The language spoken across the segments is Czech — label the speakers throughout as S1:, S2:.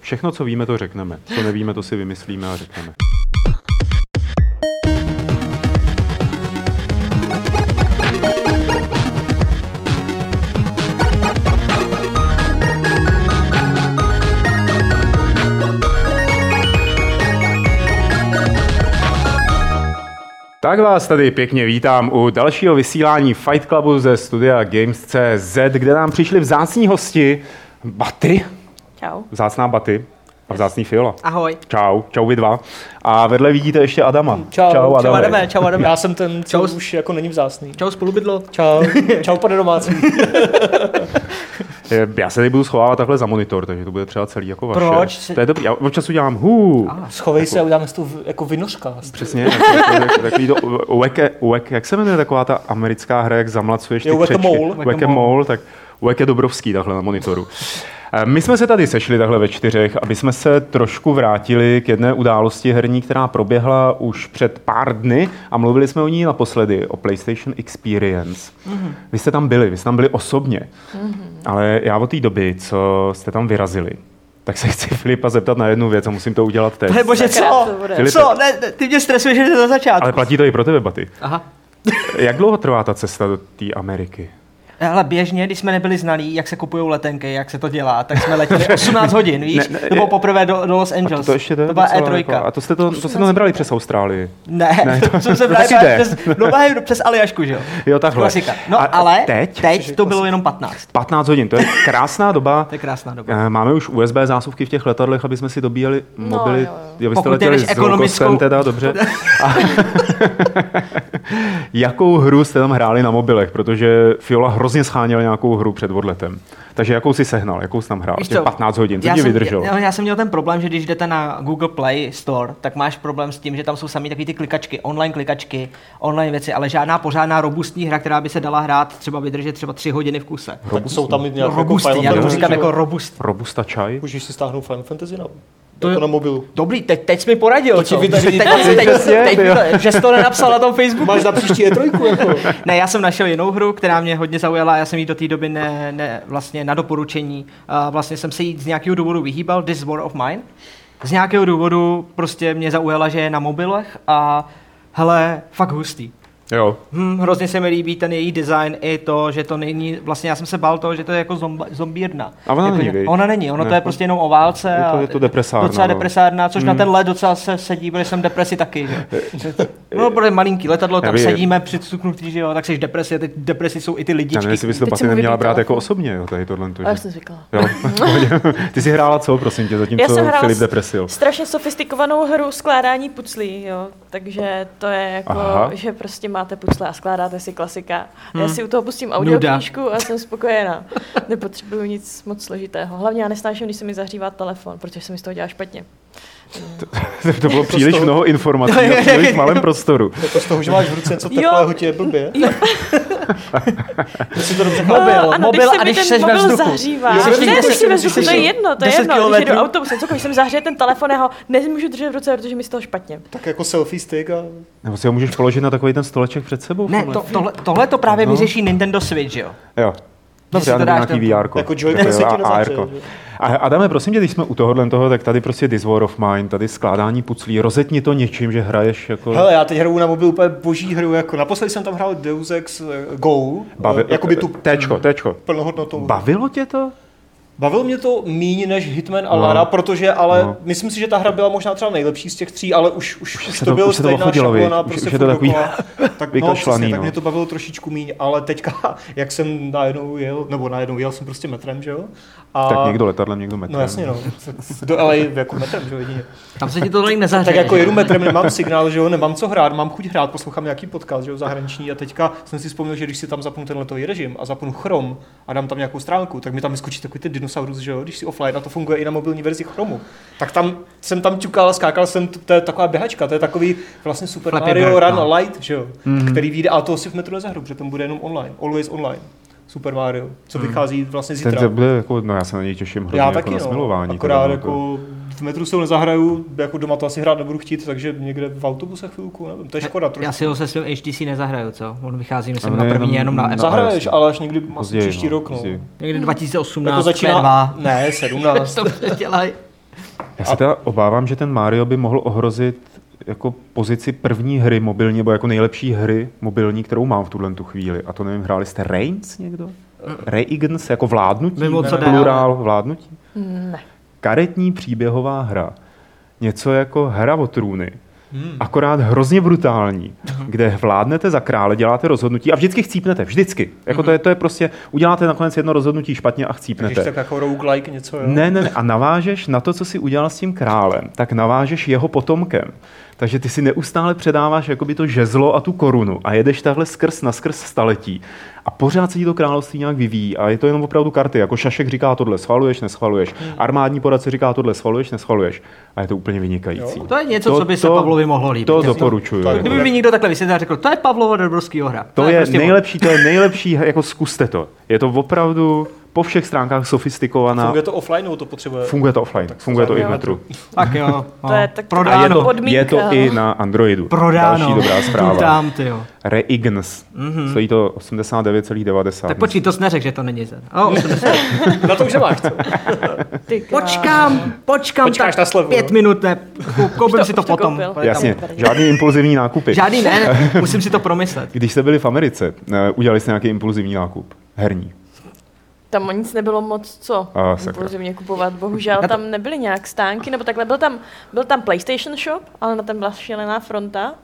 S1: Všechno, co víme, to řekneme. Co nevíme, to si vymyslíme a řekneme. Tak vás tady pěkně vítám u dalšího vysílání Fight Clubu ze studia Games.cz, kde nám přišli vzácní hosti Baty,
S2: Čau.
S1: vzácná Baty a vzácný Fiola.
S2: Ahoj.
S1: Čau, čau vy dva. A vedle vidíte ještě Adama.
S3: Čau, čau
S2: Čau Adame, čau Adame.
S3: Já jsem ten, co
S2: Čau.
S3: už jako není vzácný.
S2: Čau Jako- spolubydlo.
S3: Čau, čau pane domácí.
S1: Eh, Já se tady budu schovávat takhle za monitor, takže to bude třeba celý jako vaše.
S3: Proč?
S1: To je dobrý, já občas udělám hů.
S3: Schovej se a uděláme si tu v- jako vinořkast.
S1: Přesně, jako- jako- jako- takový to weke, weke, jak se jmenuje taková ta americká hra, jak zamlacuješ ty
S3: Jo,
S1: křečky?
S3: whack-a-mole.
S1: Whack-a-mole, tak weke Dobrovský takhle na monitoru. Eh, My jsme se tady sešli takhle ve čtyřech, aby jsme se trošku vrátili k jedné události herní, která proběhla už před pár dny a mluvili jsme o ní naposledy, o PlayStation Experience. Vy jste tam byli, vy jste tam byli osobně, ale já od té doby, co jste tam vyrazili, tak se chci Filipa zeptat na jednu věc a musím to udělat teď.
S2: Hej, bože, co?
S4: to bude.
S1: Filipe.
S2: Co? Ne, ne, ty mě stresuješ, že to na začátku.
S1: Ale platí to i pro tebe, Baty.
S2: Aha.
S1: Jak dlouho trvá ta cesta do té Ameriky?
S2: Ale běžně, když jsme nebyli znalí, jak se kupují letenky, jak se to dělá, tak jsme letěli 18 hodin, víš?
S1: Ne, ne,
S2: to bylo
S1: je-
S2: poprvé do, do Los
S1: A
S2: Angeles.
S1: to, to ještě to, je
S2: to byla
S1: docela
S2: E3.
S1: Jako, a to jste to, to, jste to nebrali přes Austrálii.
S2: Ne,
S1: Ne,
S2: ne,
S1: to-
S2: to jsem
S1: to
S2: se právě
S1: taky jde.
S2: přes, no, právě přes Aljašku, že jo?
S1: Jo, takhle.
S2: Klasika. No
S1: A- a
S2: ale
S1: teď?
S2: teď, teď to bylo jenom 15.
S1: 15 hodin, to je krásná doba.
S2: To je krásná doba.
S1: Eh, Máme už USB zásuvky v těch letadlech, aby jsme si dobíjeli mobily.
S4: No, jo, jo.
S1: abyste
S2: Pokud
S1: letěli
S2: jedeš
S1: s ekonomickou...
S2: ekonomickou-
S1: teda, dobře. A jakou hru jste tam hráli na mobilech? Protože Fiola hrozně scháněl nějakou hru před odletem. Takže jakou si sehnal? Jakou jsi tam hrál?
S2: Víš
S1: Těch
S2: co,
S1: 15 hodin. Co
S2: já
S1: ti
S2: jsem-
S1: vydrželo?
S2: Já, já jsem měl ten problém, že když jdete na Google Play Store, tak máš problém s tím, že tam jsou samý takový ty klikačky, online klikačky, online věci, ale žádná pořádná robustní hra, která by se dala hrát, třeba vydržet třeba tři hodiny v kuse.
S3: Tak jsou tam i
S2: No,
S3: nějaké jako
S2: robustní,
S3: Final
S2: já tomu
S3: Fantasy,
S2: říkám
S3: že jo?
S2: jako robustní.
S1: Robusta čaj?
S3: Můžeš si stáhnout Final Fantasy na,
S2: To
S3: jako
S2: je-
S3: na mobilu.
S2: Dobrý, teď, teď jsi mi poradil,
S3: To ti
S2: co?
S3: vydrží
S2: teď,
S3: dva
S2: teď, teď,
S1: měsíce,
S2: teď,
S1: jo.
S2: teď, že jsi to nenapsal na tom Facebooku.
S3: Máš na příští E3 jako.
S2: Ne, já jsem našel jinou hru, která mě hodně zaujala, já jsem ji do té doby ne, ne, vlastně na doporučení, a vlastně jsem se jí z nějakého důvodu vyhýbal, This War of Mine. Z nějakého důvodu prostě mě zaujala, že je na mobilech a hele, fakt hustý.
S1: Jo.
S2: Hm, hrozně se mi líbí ten její design i to, že to není, vlastně já jsem se bál toho, že to je jako zomba, zombírna.
S1: A ona
S2: jako,
S1: není,
S2: že-
S1: viď?
S2: Ona není, ono
S1: Ne,
S2: to je
S1: to-
S2: prostě jenom o válce.
S1: je to-
S2: a
S1: je to depresárna,
S2: Docela
S1: no.
S2: depresárna, což na ten let docela se sedí, protože jsem v depresi taky. Že? No, protože malinký letadlo, tam
S1: Nevím.
S2: sedíme předstupnutí, že jo, tak jsi v depresi, a teď v depresi jsou i ty
S1: Já nevím, jestli
S2: lidičky.
S1: bys to
S4: Teď
S1: Baty
S4: jsem mu
S1: neměla
S4: vypnul
S1: brát
S4: telefon.
S1: jako osobně, jo, tady tohle. To,
S4: Já už
S1: že...
S4: jsem zvykla.
S1: Jo. Ty jsi hrála co, prosím tě,
S4: Já
S1: zatímco
S4: jsem hrála
S1: Filip
S4: s-
S1: depresil.
S4: Strašně sofistikovanou hru skládání puclí, jo. Takže to je jako,
S1: Aha.
S4: že prostě máte pucle a skládáte si klasika. Hmm. Já si u toho pustím audioknížku a jsem spokojená. Nepotřebuju nic moc složitého. Hlavně já nesnáším, když se mi zahřívá telefon, protože se mi z toho dělá špatně.
S1: to bylo příliš
S3: toho-
S1: mnoho informací na příliš malém prostoru.
S3: Jako z toho, že máš v ruce něco
S4: Jo.
S3: takového, ti je blbě. To si to dobře
S2: Mobil,
S4: Eh, ano,
S2: mobil
S4: když se
S2: a
S4: mi
S2: když
S4: ten
S2: seš ve
S4: mobil
S2: vzduchu.
S4: zahřívá.
S2: Jo,
S4: Jo,
S2: seš
S4: ne,
S2: někde
S4: už si
S2: seš-
S4: ve vzduchu, to je
S2: seš-
S4: jedno, to je
S2: 10
S4: jedno. Když jedu
S2: kilometrů.
S4: autobusem, cokoliv jsem zahřeje ten telefon, já ho nemůžu držet v ruce, protože mi z toho špatně.
S3: Tak jako selfie stick a...
S1: Nebo si ho můžeš položit na takový ten stoleček před sebou?
S2: Ne,
S1: Filip?
S2: to, tohle, tohle to právě
S1: No.
S2: vyřeší Nintendo Switch, že jo.
S1: Jo.
S2: si
S1: Dobře,
S2: to
S1: já nebo
S2: dáš
S1: nějaký
S2: tam-
S1: VR.
S3: Jako Joy-Con se ti nezahřeje, že?
S1: A Adame, prosím tě, když jsme u tohohle toho, tak tady prostě This War of Mine, tady skládání puclí, rozetni to něčím, že hraješ jako...
S3: Hele, já teď hraju na mobil úplně boží hru, jako naposledy jsem tam hrál Deus Ex eh, Go, Bavi... jakoby tu Hmm.
S1: Téčko, téčko.
S3: plnohodnotou.
S1: Bavilo tě to?
S3: Bavilo mě to míň než Hitman a
S1: No.
S3: Lara, protože ale
S1: No.
S3: myslím si, že ta hra byla možná třeba nejlepší z těch tří, ale už, už, už
S1: se
S3: to,
S1: to-
S3: bylo
S1: už se to
S3: stejná
S1: ochotilo, viď?
S3: šablona,
S1: Už-
S3: prostě
S1: už je
S3: furt
S1: to takový
S3: dokola. tak, no,
S1: vykašlaný,
S3: přesně,
S1: no.
S3: tak mě to bavilo trošičku míň, ale teďka, jak jsem najednou jel, nebo najednou jel jsem prostě metrem, že jo? A,
S1: Tak někdo letadlem, někdo metrem.
S3: No jasně, no. Do LA jako metrem, že jo, jedině.
S2: Tam se ti to tolik nezahřeje.
S3: Tak
S2: že
S3: jako
S2: jo.
S3: jedu metrem, nemám signál, že jo, nemám co hrát, mám chuť hrát, poslouchám nějaký podcast, že jo, zahraniční a teďka jsem si vzpomněl, že když si tam zapnu tenhle letový režim a zapnu Chrome a dám tam nějakou stránku, tak mi tam vyskočí takový ten dinosaurus, že jo, když si offline a to funguje i na mobilní verzi Chromu. Tak tam jsem tam ťukal, skákal jsem, t- to je taková běhačka, to je takový vlastně Super
S2: Flappy
S3: Mario
S2: Bird,
S3: Run
S2: no.
S3: Light, že jo, který vyjde, ale toho si v metru nezahru, protože ten bude jenom online, always online. Super Mario, co
S2: Mhm.
S3: vychází
S1: Ten
S3: vlastně zítra.
S1: to bude jako, no já se na něj těším hrozně
S3: Já
S1: jako
S3: taky,
S1: na
S3: no.
S1: smilování.
S3: Akorát
S1: teda,
S3: jako v metru se ho nezahraju, jako doma to asi hrát nebudu chtít, takže někde v autobuse chvilku, nevím, to je škoda
S2: Já
S3: trošku.
S2: si ho se svým HTC nezahraju, co? On vychází, myslím,
S1: Ale
S2: na
S1: ne, no.
S2: první,
S1: jenom-
S2: jenom na Apple.
S1: Zahra-
S3: Zahraješ,
S1: jasně.
S3: ale až někdy asi
S1: Později,
S3: příští
S1: no,
S3: rok, no.
S1: později.
S2: Někdy 2018,
S3: Jako začíná,
S2: P2.
S3: ne, 17.
S2: To dělají.
S1: Já se teda obávám, že ten Mario by mohl ohrozit jako pozici první hry mobilní, nebo jako nejlepší hry mobilní, kterou mám v tuhle tu chvíli. A to nevím, hráli jste Reigns někdo? Reigns jako vládnutí?
S2: Vím, o co jde,
S1: plurál vládnutí?
S4: Ne.
S1: Karetní příběhová hra. Něco jako hra o trůny.
S3: Hmm.
S1: Akorát hrozně brutální, kde vládnete za krále, děláte rozhodnutí a vždycky chcípnete, vždycky. Jako to, je, to je prostě, uděláte nakonec jedno rozhodnutí špatně a
S3: Když
S1: chcípnete.
S3: tak jako roguelike něco, jo?
S1: Ne, ne, ne, a navážeš na to, co si udělal s tím králem, tak navážeš jeho potomkem. Takže ty si neustále předáváš jakoby to žezlo a tu korunu a jedeš takhle skrz na skrz staletí. A pořád se ti to království nějak vyvíjí a je to jenom opravdu karty. Jako Šašek říká tohle schvaluješ, neschvaluješ.
S2: Hmm.
S1: Armádní poradce říká tohle schvaluješ, neschvaluješ. A je to úplně vynikající.
S3: Jo.
S2: To je něco, co by se Pavlovi mohlo líbit.
S1: To
S2: jasně.
S1: doporučuju.
S3: To je
S1: jako.
S2: Kdyby mi někdo takhle vysvětlil a řekl, to je Pavlovo Dobrovskýho hra.
S1: To je
S2: prostě
S1: nejlepší, to je nejlepší, jako zkuste to. Je to opravdu po všech stránkách sofistikovaná.
S3: Funguje to offline, to potřebuje.
S1: Funguje to offline, funguje to i v metru.
S2: Tak jo. No.
S4: To je tak
S1: A je
S2: Prodáno.
S1: to,
S4: Odmínka,
S1: je to
S4: no.
S1: i na Androidu.
S2: Prodáno.
S1: Další dobrá
S2: Tu
S1: zpráva.
S2: Tam, ty jo.
S1: Reigns. Mm-hmm. Stojí to 89,90.
S2: Tak počkej, to jsi neřekl, že to není za. O,
S3: Na to už nemáš, co?
S4: Ty krá-
S2: počkám, počkám
S3: Počkáš
S2: tak
S3: na slevu,
S2: pět
S3: no.
S2: minut, ne, kou- koupím
S4: to-
S2: si to
S4: už to
S2: potom.
S4: koupil.
S1: No, Jasně,
S4: Tam tvrdě.
S1: žádný impulzivní nákupy.
S2: Žádný ne, musím si to promyslet.
S1: Když jste byli v Americe, eh, udělali jste nějaký impulzivní nákup. Herní.
S4: Tam nic nebylo moc co
S1: A, sakra.
S4: impulzivně kupovat. Bohužel
S2: Na to-
S4: tam nebyly nějak stánky, nebo takhle. Byl tam, byl tam PlayStation shop, ale na ten byla šílená fronta.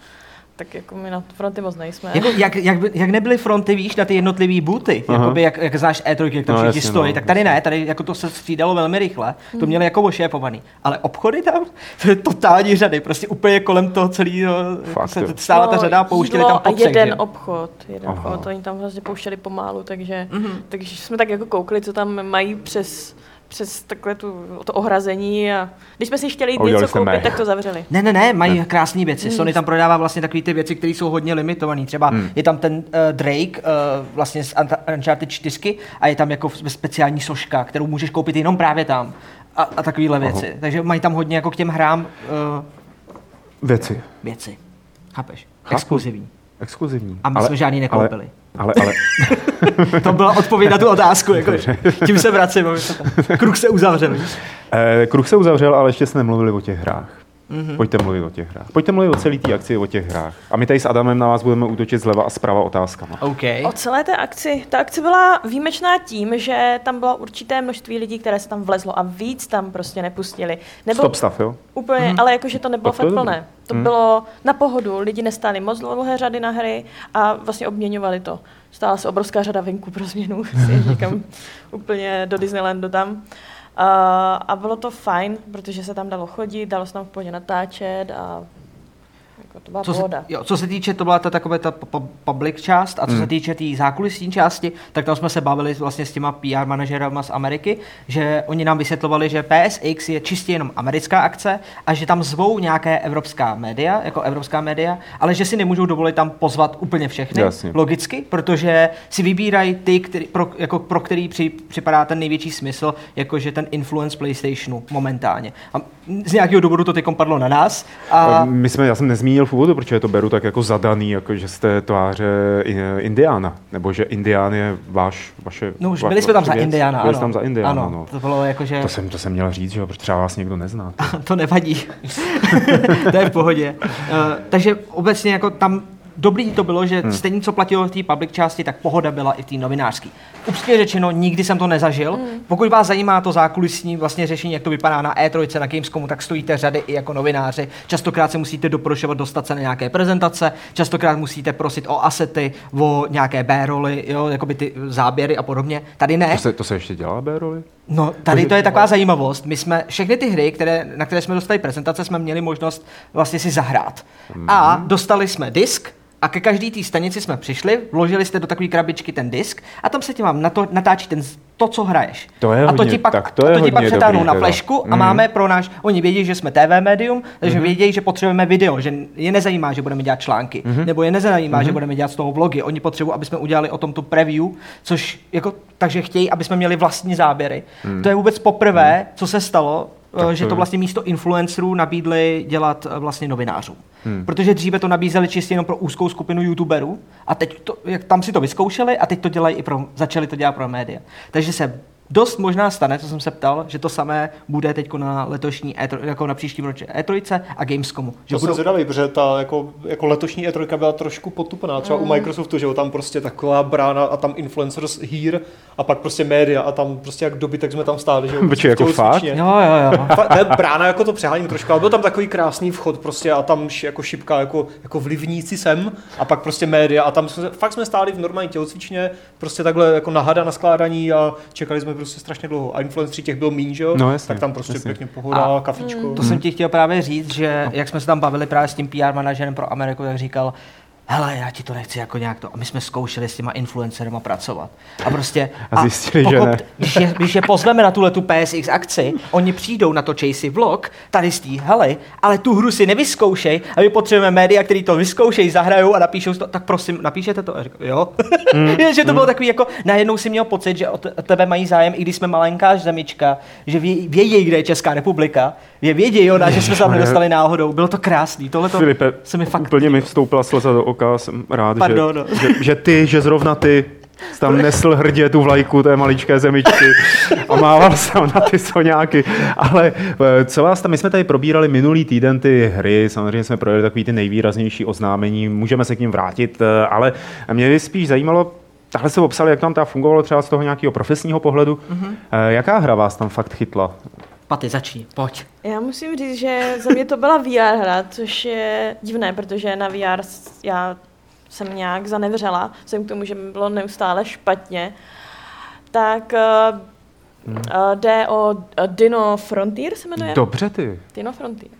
S4: Tak jako my na fronty moc nejsme.
S2: Jako, jak, jak, by- jak, nebyly fronty, víš, na ty jednotlivé buty,
S1: Aha.
S2: jakoby, jak, jak znáš E3, jak tam
S1: No,
S2: všichni
S1: jasně,
S2: stojí,
S1: no,
S2: tak tady ne, tady jako to se střídalo velmi rychle,
S4: Hmm.
S2: to měli jako ošépovaný. Ale obchody tam, to je totální řady, prostě úplně kolem toho celého
S1: Fakt,
S2: se
S1: jo.
S2: stála ta řada a pouštěli tam
S4: No, a
S2: po třech,
S4: jeden
S2: že?
S4: obchod, jeden
S1: Aha.
S4: obchod, oni tam hrozně pouštěli pomalu, takže,
S2: Mhm.
S4: mm-hmm. takže jsme tak jako koukli, co tam mají přes, přes takhle tu, to ohrazení a když jsme si chtěli jít
S1: A udělali
S4: něco
S1: jste
S4: koupit,
S1: mech.
S4: tak to zavřeli.
S2: Ne, ne, ne, mají krásné věci. Sony tam prodává vlastně takové ty věci, které jsou hodně limitované. Třeba je tam ten uh, Drake uh, vlastně z Anta- Uncharted 4 a je tam jako v- speciální soška, kterou můžeš koupit jenom právě tam. A, a takovéhle věci. Takže mají tam hodně jako k těm hrám uh,
S1: Věci.
S2: věci. Chápeš?
S1: Chápu.
S2: Exkluzivní.
S1: Exkluzivní.
S2: A my jsme žádný nekoupili.
S1: Ale, ale, ale
S2: To byla odpověď na tu otázku. Jako, tím se vracím. aby se tam- Kruh se uzavřel.
S1: Eh, Kruh se uzavřel, ale ještě jsme nemluvili o těch hrách.
S2: Mhm.
S1: Mm-hmm. Pojďte mluvit o těch hrách. Pojďte mluvit o celé té akci, o těch hrách. A my tady s Adamem na vás budeme útočit zleva a zprava otázkama.
S2: OK.
S4: O celé té akci, ta akce byla výjimečná tím, že tam bylo určité množství lidí, které se tam vlezlo a víc tam prostě nepustili. Nebyl
S1: Stop stav, jo?
S4: Úplně,
S2: Mhm.
S4: ale jakože to nebylo
S1: Tak to je
S4: fakt
S1: dobrý.
S4: plné. To bylo na pohodu, lidi nestáli moc dlouhé řady na hry a vlastně obměňovali to. Stála se obrovská řada venku pro změnu, si je někam úplně do Disneylandu tam. Uh, a bylo to fajn, protože se tam dalo chodit, dalo se tam v pohodě natáčet a jako to byla
S2: Co se,
S4: pohoda.
S2: jo, co se týče, to byla ta takové ta pu- pu- public část, a co se týče té zákulisní části, tak tam jsme se bavili vlastně s těma PR manažerama z Ameriky, že oni nám vysvětlovali, že PSX je čistě jenom americká akce a že tam zvou nějaké evropská média, jako evropská média, ale že si nemůžou dovolit tam pozvat úplně všechny,
S1: Jasně.
S2: logicky, protože si vybírají ty, který, pro, jako, pro který při, připadá ten největší smysl, jakože ten influence PlayStationu momentálně. A z nějakého důvodu to teď padlo na nás. A...
S1: A... My jsme, já jsem nezmínil v úvodu, protože to beru tak jako zadaný, jako že jste tváře eh, Indiána, nebo že Indián je váš, vaše
S2: No už
S1: va-
S2: byli jsme tam za
S1: vaše věc.
S2: Indiana,
S1: Byli
S2: ano.
S1: jste tam za Indiana,
S2: ano.
S1: ano.
S2: To Eh? bylo jako, že
S1: To jsem, to jsem měl říct, že jo, protože třeba vás někdo nezná.
S2: to nevadí. to je v pohodě. Uh, takže obecně jako tam dobrý to bylo, že hmm. stejně co platilo v té public části, tak pohoda byla i v té novinářské. Upřímně řečeno, nikdy jsem to nezažil. Hmm. Pokud vás zajímá to zákulisní vlastně řešení, jak to vypadá na E3, na Gamescomu, tak stojíte řady i jako novináři. Častokrát se musíte doprošovat dostat se na nějaké prezentace, častokrát musíte prosit o asety, o nějaké B-roly, jo, jakoby ty záběry a podobně. Tady ne.
S1: To se, to se ještě dělá, Béroli?
S2: No, tady to je taková zajímavost. My jsme všechny ty hry, které, na které jsme dostali prezentace, jsme měli možnost vlastně si zahrát.
S1: Mhm.
S2: A dostali jsme disk a ke každé té stanici jsme přišli, vložili jste do takové krabičky ten disk a tam se ti vám na to, natáčí ten, z- to, co hraješ.
S1: To je
S2: a to
S1: hodně-
S2: ti pak,
S1: tak to
S2: a
S1: je
S2: to ti pak
S1: hodně
S2: přetáhnou
S1: dobrý
S2: na
S1: teda.
S2: flešku a
S1: Mhm.
S2: máme pro náš, oni vědí, že jsme TV médium, takže vědí, že potřebujeme video, že je nezajímá, že budeme dělat články,
S1: Mhm.
S2: nebo je nezajímá, že budeme dělat z toho vlogy. Oni potřebují, aby jsme udělali o tom tu preview, což jako, takže chtějí, aby jsme měli vlastní záběry. To je vůbec poprvé, co se stalo,
S1: Mhm. Tak
S2: eh, že
S1: to
S2: to
S1: je-
S2: vlastně místo influencerů nabídli dělat eh, vlastně novinářům.
S1: Hmm.
S2: Protože dříve to nabízeli čistě jenom pro úzkou skupinu youtuberů a teď to, jak tam si to vyzkoušeli a teď to dělají i pro, začali to dělat pro média. Takže se dost možná stane, co jsem se ptal, že to samé bude teď na letošní E3, jako na příštím roce E3 a Gamescomu. Že
S3: To jsem zvědavý, protože ta jako, jako letošní E3 byla trošku potupná, třeba
S2: Mm.
S3: u Microsoftu, že jo, tam prostě taková brána a tam influencers here a pak prostě média a tam prostě jak dobytek jsme tam stáli, že
S1: Počkej,
S3: jo. prostě
S1: jako
S3: chtěli
S1: fakt?
S3: slušně.
S2: jo, jo, jo.
S3: Fa- To je brána, jako to přeháním trošku, ale byl tam takový krásný vchod prostě a tam š- jako šipka, jako, jako vlivníci sem a pak prostě média a tam jsme, se- fakt jsme stáli v normální tělocvičně, prostě takhle jako nahada na skládání a čekali jsme prostě strašně dlouho a influencery těch byl míň, že jo,
S1: No, jasně,
S3: tak tam prostě
S1: jasně.
S3: pěkně pohoda, kafičko.
S2: To jsem ti chtěl právě říct, že jak jsme se tam bavili právě s tím PR manažerem pro Ameriku, tak říkal, hele, já ti to nechci jako nějak to. A my jsme zkoušeli s těma influencerama pracovat. A prostě...
S1: A zjistili, že ne.
S2: Když je, když je pozveme na tuhle tu PSX akci, oni přijdou na to si vlog, tady z té hely, ale tu hru si nevyzkoušej a my potřebujeme média, který to vyzkoušej, zahrajou a napíšou si to, tak prosím, napíšete to. A říkám, jo. Mm. že to bylo takový jako, najednou si měl pocit, že o te- o tebe mají zájem, i když jsme malenká zemička, že vě, vědějí, kde je Česká republika, vě, vědějí ona, že jsme se tam nedostali náhodou. Bylo to krásný, tohle to
S1: Filipe,
S2: se mi fakt
S1: úplně mi vstoupila slza do oka, jsem rád,
S2: Pardon,
S1: že,
S2: no.
S1: že, že, ty, že zrovna ty jsi tam nesl hrdě tu vlajku té maličké zemičky a mával jsem na ty soňáky. Ale eh, celá sta, my jsme tady probírali minulý týden ty hry, samozřejmě jsme projeli takový ty nejvýraznější oznámení, můžeme se k ním vrátit, eh, ale mě by spíš zajímalo, Tahle se popsali, jak tam ta fungovalo třeba z toho nějakého profesního pohledu. Mm-hmm.
S2: Mhm.
S1: Jaká hra vás tam fakt chytla?
S2: Paty, začni, pojď.
S4: Já musím říct, že za mě to byla VR hra, což je divné, protože na VR s- já jsem nějak zanevřela, vzhledem k tomu, že mi bylo neustále špatně. Tak uh,
S1: Hmm.
S4: uh, jde o uh, Dino Frontier se jmenuje?
S1: Dobře ty.
S4: Dino Frontier.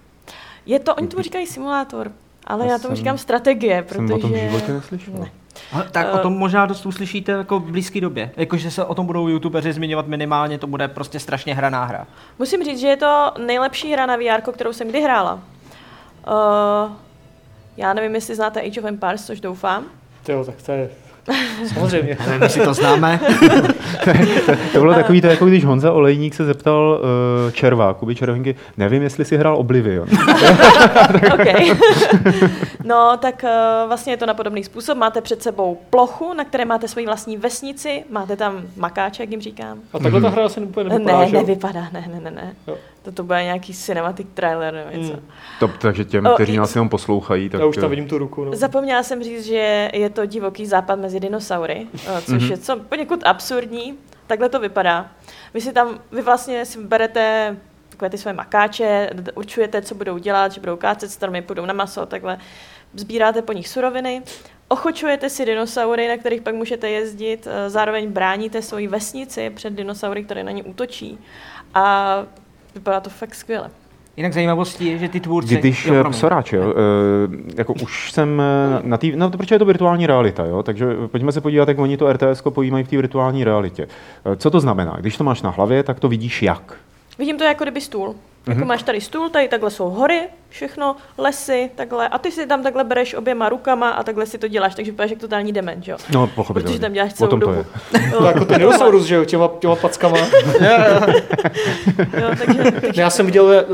S4: Je to, oni tomu říkají simulátor, ale
S1: Já
S4: já, tomu
S1: jsem-
S4: říkám strategie, protože...
S1: Jsem o tom v životě neslyšel.
S4: Ne.
S2: A tak o
S4: Eh,
S2: tom možná dost uslyšíte jako v blízké době. Jakože se o tom budou youtubeři zmiňovat minimálně, to bude prostě strašně hraná hra.
S4: Musím říct, že je to nejlepší hra na VR, kterou jsem kdy hrála. Uh, já nevím, jestli znáte Age of Empires, což doufám.
S3: Jo, tak to je... Samozřejmě.
S2: Nevím, jestli to známe.
S1: To bylo takový, to jako když Honza Olejník se zeptal uh, Červa, Kuby Červenky, nevím, jestli si hrál Oblivion.
S4: OK. no, tak eh, vlastně je to na podobný způsob. Máte před sebou plochu, na které máte svoji vlastní vesnici, máte tam makáče, jak jim říkám.
S3: A takhle ta hra asi úplně nevypadá,
S4: Ne,
S3: že jo?
S4: nevypadá, ne, ne, ne, ne.
S3: Jo.
S4: Toto bude nějaký cinematic trailer nebo něco.
S3: Mm.
S1: to, takže těm,
S4: O,
S1: kteří
S4: i-
S1: nás jenom poslouchají, tak...
S3: Já už tam
S1: eh,
S3: vidím tu ruku. No.
S4: Zapomněla jsem říct, že je to divoký západ mezi dinosaury, eh, což je co poněkud absurdní. Takhle to vypadá. Vy si tam, vy vlastně si berete takové ty své makáče, d- určujete, co budou dělat, že budou kácet stromy, půjdou na maso, takhle. Sbíráte po nich suroviny, ochočujete si dinosaury, na kterých pak můžete jezdit, eh, zároveň bráníte svoji vesnici před dinosaury, které na ně útočí a vypadá to fakt skvěle.
S2: Jinak zajímavostí je, že ty tvůrci...
S1: Když eh,
S2: promiň.
S1: psoráč, jo, eh, jako už jsem eh, na té, no to protože je to virtuální realita, jo, takže pojďme se podívat, jak oni to RTS pojímají v té virtuální realitě. Eh, Co to znamená? Když to máš na hlavě, tak to vidíš jak?
S4: Vidím to jako kdyby stůl. Jako
S1: Mhm.
S4: máš tady stůl, tady takhle jsou hory, všechno, lesy, takhle. A ty si tam takhle bereš oběma rukama a takhle si to děláš, takže vypadáš jak totální dement, jo?
S1: No, pochopitelně.
S4: Protože tam děláš
S1: O
S4: celou
S1: tom to
S4: dobu.
S1: je.
S4: Jo,
S3: To jako ten dinosaurus, že jo, těma, těma packama.
S4: jo, takže,
S3: Ne, Já jsem viděl, eh,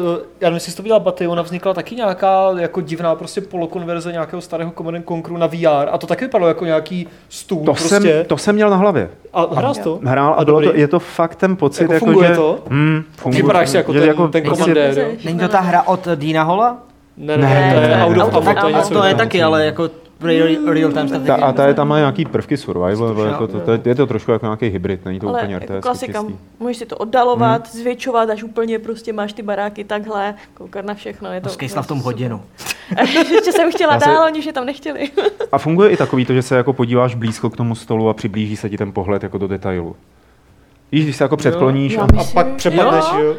S3: já nevím, jestli jsi to viděla Baty, ona vznikla taky nějaká jako divná prostě polokonverze nějakého starého Command Conqueru na VR a to taky vypadalo jako nějaký stůl
S1: To,
S3: prostě.
S1: jsem, to jsem měl na hlavě.
S3: A hrál jsi to?
S1: Hrál a bylo
S3: dobrý?
S1: to, je to fakt ten pocit,
S3: Jako
S1: jako,
S3: funguje
S1: že...
S3: to?
S1: Hmm, funguje.
S3: Vypadáš si jako
S1: Je
S3: ten, ten
S1: prostě-
S3: komandér, jo?
S2: Není to ta hra od Dina Hola?
S3: Ne, ne, ne, to
S1: Ne,
S3: je
S1: ne,
S3: Out
S1: ne,
S3: of
S1: to
S3: Ammo, to je
S4: Out
S2: A
S4: of
S3: něco.
S2: to je
S3: jiného.
S2: taky, ale jako real, real time
S1: Ta,
S2: strategy.
S1: a ta je tam má nějaký prvky survival, nebo jako to, to, je to trošku jako nějaký hybrid, není to
S4: ale
S1: úplně Mhm. RTS.
S4: jako klasika,
S1: čistý.
S4: můžeš si to oddalovat, zvětšovat, až úplně prostě máš ty baráky takhle, koukat na všechno. Je to, prostě
S2: Skejsla v tom hodinu.
S4: Ještě jsem chtěla
S1: Já se-
S4: dál, oni už je tam nechtěli.
S1: A funguje i takový to, že se jako podíváš blízko k tomu stolu a přiblíží se ti ten pohled jako do detailu. Víš, když se jako předkloníš
S4: Jo.
S1: a
S4: Já
S3: A
S4: Myslím,
S3: pak
S4: že-
S3: přepadneš,
S4: jo.
S3: jo?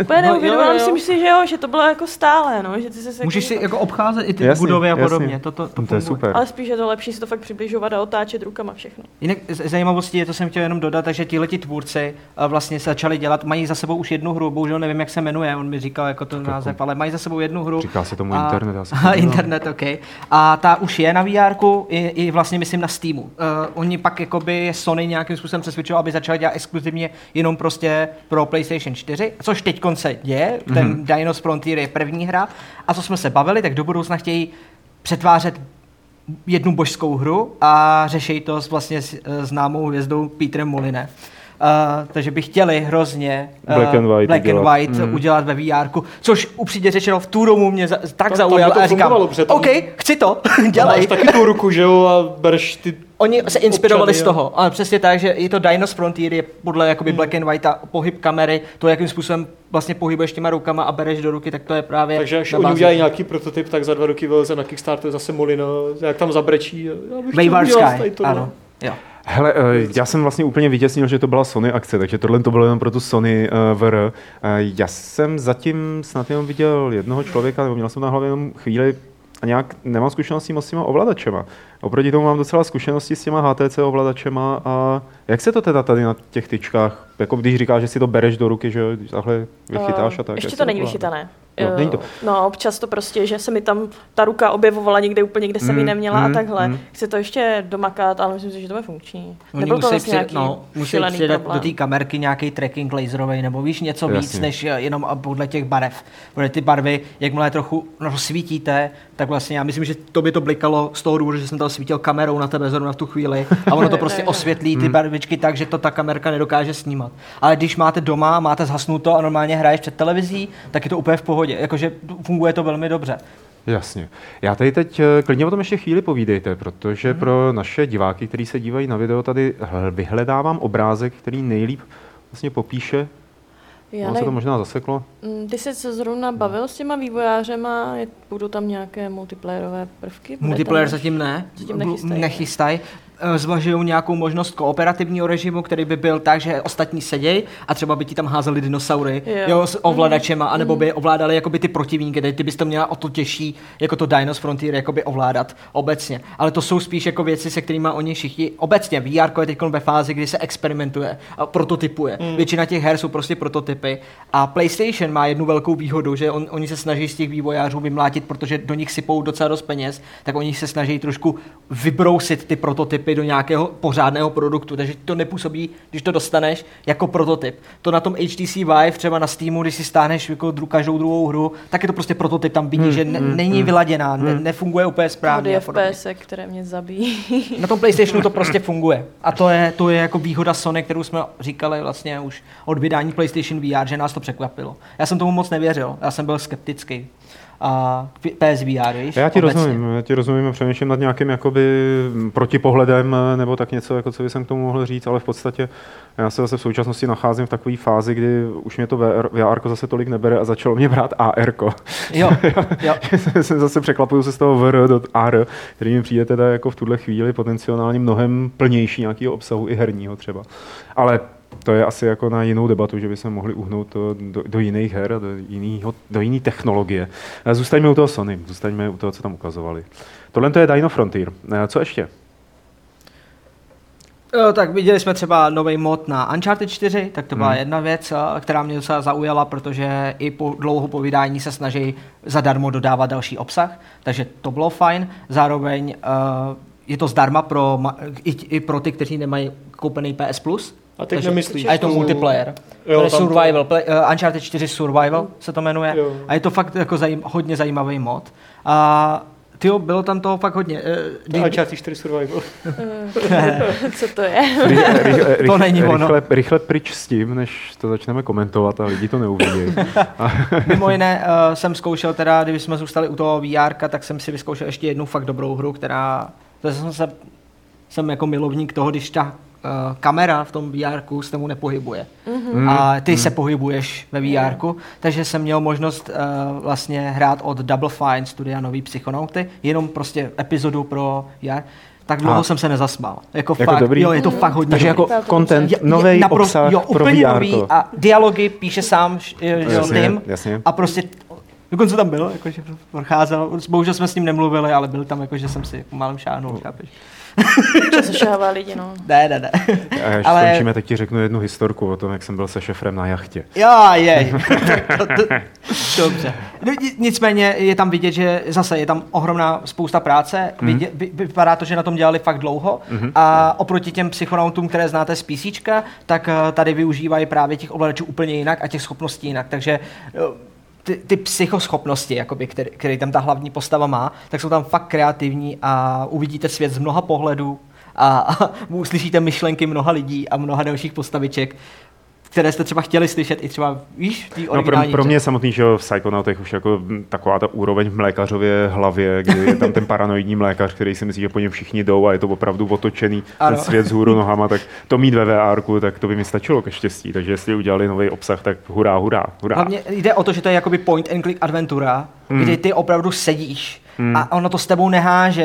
S4: Úplně
S1: No,
S2: jo,
S4: neuvědomila,
S2: jo.
S4: myslím si, že jo, že to bylo jako stále, no, že ty jsi se
S2: Můžeš si jako obcházet i ty
S1: Jasně,
S2: budovy a
S1: jasně.
S2: podobně. To, to, to,
S1: to je
S2: funguje.
S1: super.
S4: Ale spíš je to lepší si to fakt přibližovat a otáčet rukama všechno.
S2: Jinak z- zajímavostí je, to jsem chtěl jenom dodat, takže tihleti tvůrci eh, vlastně začali dělat, mají za sebou už jednu hru, bohužel nevím, jak se jmenuje, on mi říkal jako ten název, ale mají za sebou jednu hru.
S1: Říká se tomu
S2: A-
S1: internet, já se
S2: Aha, internet, OK. A ta už je na VR, i, i vlastně myslím na Steamu. Uh, oni pak jakoby Sony nějakým způsobem přesvědčili, aby začali dělat exkluzivně jenom prostě pro PlayStation 4, což teď konce děje, ten
S1: Mhm.
S2: mm-hmm. Dinos Frontier je první hra. A co jsme se bavili, tak do budoucna chtějí přetvářet jednu božskou hru a řeší to s vlastně s, eh, známou hvězdou Petrem Moline. Uh, takže by chtěli hrozně uh,
S1: Black and white
S2: black and
S1: udělat. Mhm.
S2: white mm. udělat ve VR, což upřímně řečeno v tu domu mě za, tak
S3: tam
S2: zaujalo
S3: to
S2: a říkám,
S3: fungovalo, protože tam-
S2: OK, chci to,
S3: Tam Máš
S2: dělej.
S3: taky tu ruku, že jo, a bereš ty
S2: Oni se inspirovali
S3: Občany,
S2: z
S3: jo. Hmm.
S2: toho, ale přesně tak, že je to Dinos Frontier, je podle jakoby black and white a pohyb kamery, to, jakým způsobem vlastně pohybuješ těma rukama a bereš do ruky, tak to je právě
S3: Takže až
S2: na
S3: oni
S2: bázi
S3: udělají nějaký prototyp, tak za dva roky vyleze na Kickstarter zase Molina, jak tam zabrečí. Já bych chtěl
S2: Wayward
S3: udělat tady
S2: Sky,
S3: tohle.
S2: ano. Jo.
S1: Hele, eh, já jsem vlastně úplně vytěsnil, že to byla Sony akce, takže tohle to bylo jenom pro tu Sony eh, VR. Eh, Já jsem zatím snad jenom viděl jednoho člověka, nebo měl jsem na hlavě jenom chvíli a nějak nemám zkušenosti moc s těma ovladačema. Oproti tomu mám docela zkušenosti s těma HTC ovladačema a jak se to teda tady na těch tyčkách, jako když říkáš, že si to bereš do ruky, že jo, když takhle vychytáš a tak.
S4: Eh,
S1: jak
S4: Ještě
S1: se
S4: to není
S1: ovládá?
S4: vychytané.
S1: Jo,
S4: Eh,
S1: není to.
S4: No, občas to prostě, že se mi tam ta ruka objevovala někde úplně, kde jsem
S1: Mm,
S4: ji neměla
S1: mm,
S4: a takhle.
S1: mm.
S4: Chci to ještě domakat, ale myslím si, že to bude funkční.
S2: Oni
S4: Nebyl to
S2: musí
S4: vlastně
S2: při,
S4: nějaký
S2: no, musí
S4: šílený
S2: přidat do
S4: problém.
S2: té kamerky nějaký tracking laserový, nebo víš něco Jasně. víc,
S1: Jasně.
S2: než eh, jenom a podle těch barev. Protože ty barvy, jakmile je trochu rozsvítíte, tak vlastně já myslím, že to by to blikalo z toho důvodu, že jsem tam svítil kamerou na tebe zrovna v tu chvíli a ono to prostě osvětlí ty barvičky tak, že to ta kamerka nedokáže snímat. Ale když máte doma, máte zhasnuto a normálně hraješ před televizí, tak je to úplně v pohodě. Jakože funguje to velmi dobře.
S1: Jasně. Já tady teď eh, klidně o tom ještě chvíli povídejte, protože
S4: Mhm.
S1: pro naše diváky, kteří se dívají na video, tady hl- vyhledávám obrázek, který nejlíp vlastně popíše.
S4: Já
S1: Ono se to
S4: nevím.
S1: možná zaseklo.
S4: Mm, Ty jsi se zrovna bavil s těma vývojářema, je- budou tam nějaké multiplayerové prvky? Bude tam
S2: Multiplayer
S4: něco?
S2: zatím ne.
S4: Zatím nechystají,
S2: Nechystaj. Zvažují nějakou možnost kooperativního režimu, který by byl tak, že ostatní seděj a třeba by ti tam házeli dinosaury jo.
S4: Jo.
S2: Jo, s ovladačema, anebo by ovládali jakoby ty protivníky, tedy ty bys to měla o to těžší, jako to Dinos Frontier jakoby ovládat obecně. Ale to jsou spíš jako věci, se kterými oni všichni obecně. VR je teď ve fázi, kdy se experimentuje a prototypuje. Mm. Většina těch her jsou prostě prototypy. A PlayStation má jednu velkou výhodu, že on, oni se snaží z těch vývojářů vymlátit, protože do nich sypou docela dost peněz, tak oni se snaží trošku vybrousit ty prototypy do nějakého pořádného produktu. Takže to nepůsobí, když to dostaneš jako prototyp. To na tom HTC Vive, třeba na Steamu, když si stáhneš jako dru, každou druhou hru, tak je to prostě prototyp, tam vidíš, že ne, není vyladěná, ne, nefunguje úplně
S4: Hody
S2: správně. a podobně.
S4: FPS, které mě zabíjí.
S2: Na tom PlayStationu to prostě funguje. A to je, to je jako výhoda Sony, kterou jsme říkali vlastně už od vydání PlayStation VR, že nás to překvapilo. Já jsem tomu moc nevěřil, já jsem byl skeptický. A k PSVR, víš?
S1: Já ti
S2: obecně.
S1: rozumím, já ti rozumím a přemýšlím nad nějakým jakoby protipohledem eh, nebo tak něco, jako co bych k tomu mohl říct, ale v podstatě já se zase v současnosti nacházím v takové fázi, kdy už mě to VR, VR zase tolik nebere a začalo mě brát AR.
S2: Jo, jo.
S1: se zase překlapuju se z toho VR do AR, který mi přijde teda jako v tuhle chvíli potenciálně mnohem plnější nějakého obsahu i herního třeba. Ale to je asi jako na jinou debatu, že by se mohli uhnout to do, do jiných her a do, jinýho, do jiný technologie. Eh, Zůstaňme u toho Sony, zůstaňme u toho, co tam ukazovali. Tohle to je Dino Frontier. Eh, Co ještě?
S2: Jo, tak viděli jsme třeba nový mod na Uncharted 4, tak to byla hmm. jedna věc, a, která mě docela zaujala, protože i po dlouho po vydání se snaží zadarmo dodávat další obsah, takže to bylo fajn. Zároveň uh, je to zdarma pro, ma- i, i pro ty, kteří nemají koupený PS Plus.
S3: A teď
S2: takže-
S3: nemyslíš
S2: A je to
S3: tu-
S2: multiplayer.
S3: Jo,
S2: to je
S3: tam to-
S2: survival, play, uh, Uncharted 4 Survival se to jmenuje.
S3: Jo.
S2: A je to fakt jako zajím, hodně zajímavý mod. A tyjo, bylo tam toho fakt hodně. Uh,
S3: A Uncharted 4 Survival.
S4: Co to je?
S1: Ry- eh, ry- ry-
S2: To není ono.
S1: rychle, rychle pryč s tím, než to začneme komentovat a lidi to neuvidí.
S2: Mimo jiné uh, jsem zkoušel teda, když jsme zůstali u toho VR, tak jsem si vyzkoušel ještě jednu fakt dobrou hru, která, to jsem se, jsem jako milovník toho, když ta uh, kamera v tom VR se mu nepohybuje. Mm-hmm. A
S1: Mhm.
S2: ty mm. se pohybuješ ve VR, takže jsem měl možnost uh, vlastně hrát od Double Fine studia Nový psychonauty, jenom prostě epizodu pro VR. Tak dlouho
S1: A.
S2: jsem se nezasmál. Jako,
S1: Jako
S2: fakt,
S1: dobrý?
S2: jo, je to fakt hodně
S1: Takže jako
S2: dobrý.
S4: Vypadá to
S1: content,
S2: Je- je
S1: nový
S2: naprosto-
S1: obsah
S2: jo,
S1: pro
S2: úplně
S1: VR.
S2: nový a dialogy píše sám š- eh, že jo,
S1: Jasně,
S2: Tim
S1: jasně.
S2: a prostě dokonce tam byl, jakože procházel, bohužel jsme s ním nemluvili, ale byl tam, jakože jsem si jako málem šáhnul, chápeš?
S4: Co zašává lidi, no.
S2: Ne, ne, ne.
S1: A až
S2: Ale-
S1: ale... skončíme, tak ti řeknu jednu historku o tom, jak jsem byl se šefrem na jachtě.
S2: Jo, jej. To- to- Dobře. No, ni- Nicméně je tam vidět, že zase je tam ohromná spousta práce.
S1: Mhm.
S2: Vidě, vy, vypadá to, že na tom dělali fakt dlouho. A oproti těm psychonautům, které znáte z PC, tak eh, tady využívají právě těch ovladačů úplně jinak a těch schopností jinak. Takže eh, ty, ty psychoschopnosti, jakoby, který, který tam ta hlavní postava má, tak jsou tam fakt kreativní a uvidíte svět z mnoha pohledů a, a uslyšíte myšlenky mnoha lidí a mnoha dalších postaviček, které jste třeba chtěli slyšet i třeba, víš, v té
S1: No pro,
S2: originální
S1: pro
S2: hře.
S1: mě samotný, že jo, v Psychonautech už jako mm, taková ta úroveň v mlékařově hlavě, kdy je tam ten paranoidní mlékař, který si myslí, že po něm všichni jdou a je to opravdu otočený ano.
S2: Ano.
S1: ten svět z hůru nohama, tak to mít ve VR, tak to by mi stačilo ke štěstí. Takže jestli udělali nový obsah, tak hurá, hurá, hurá.
S2: Hlavně jde o to, že to je jakoby point and click adventura, hmm. kdy ty opravdu sedíš hmm. a ono to s tebou neháže.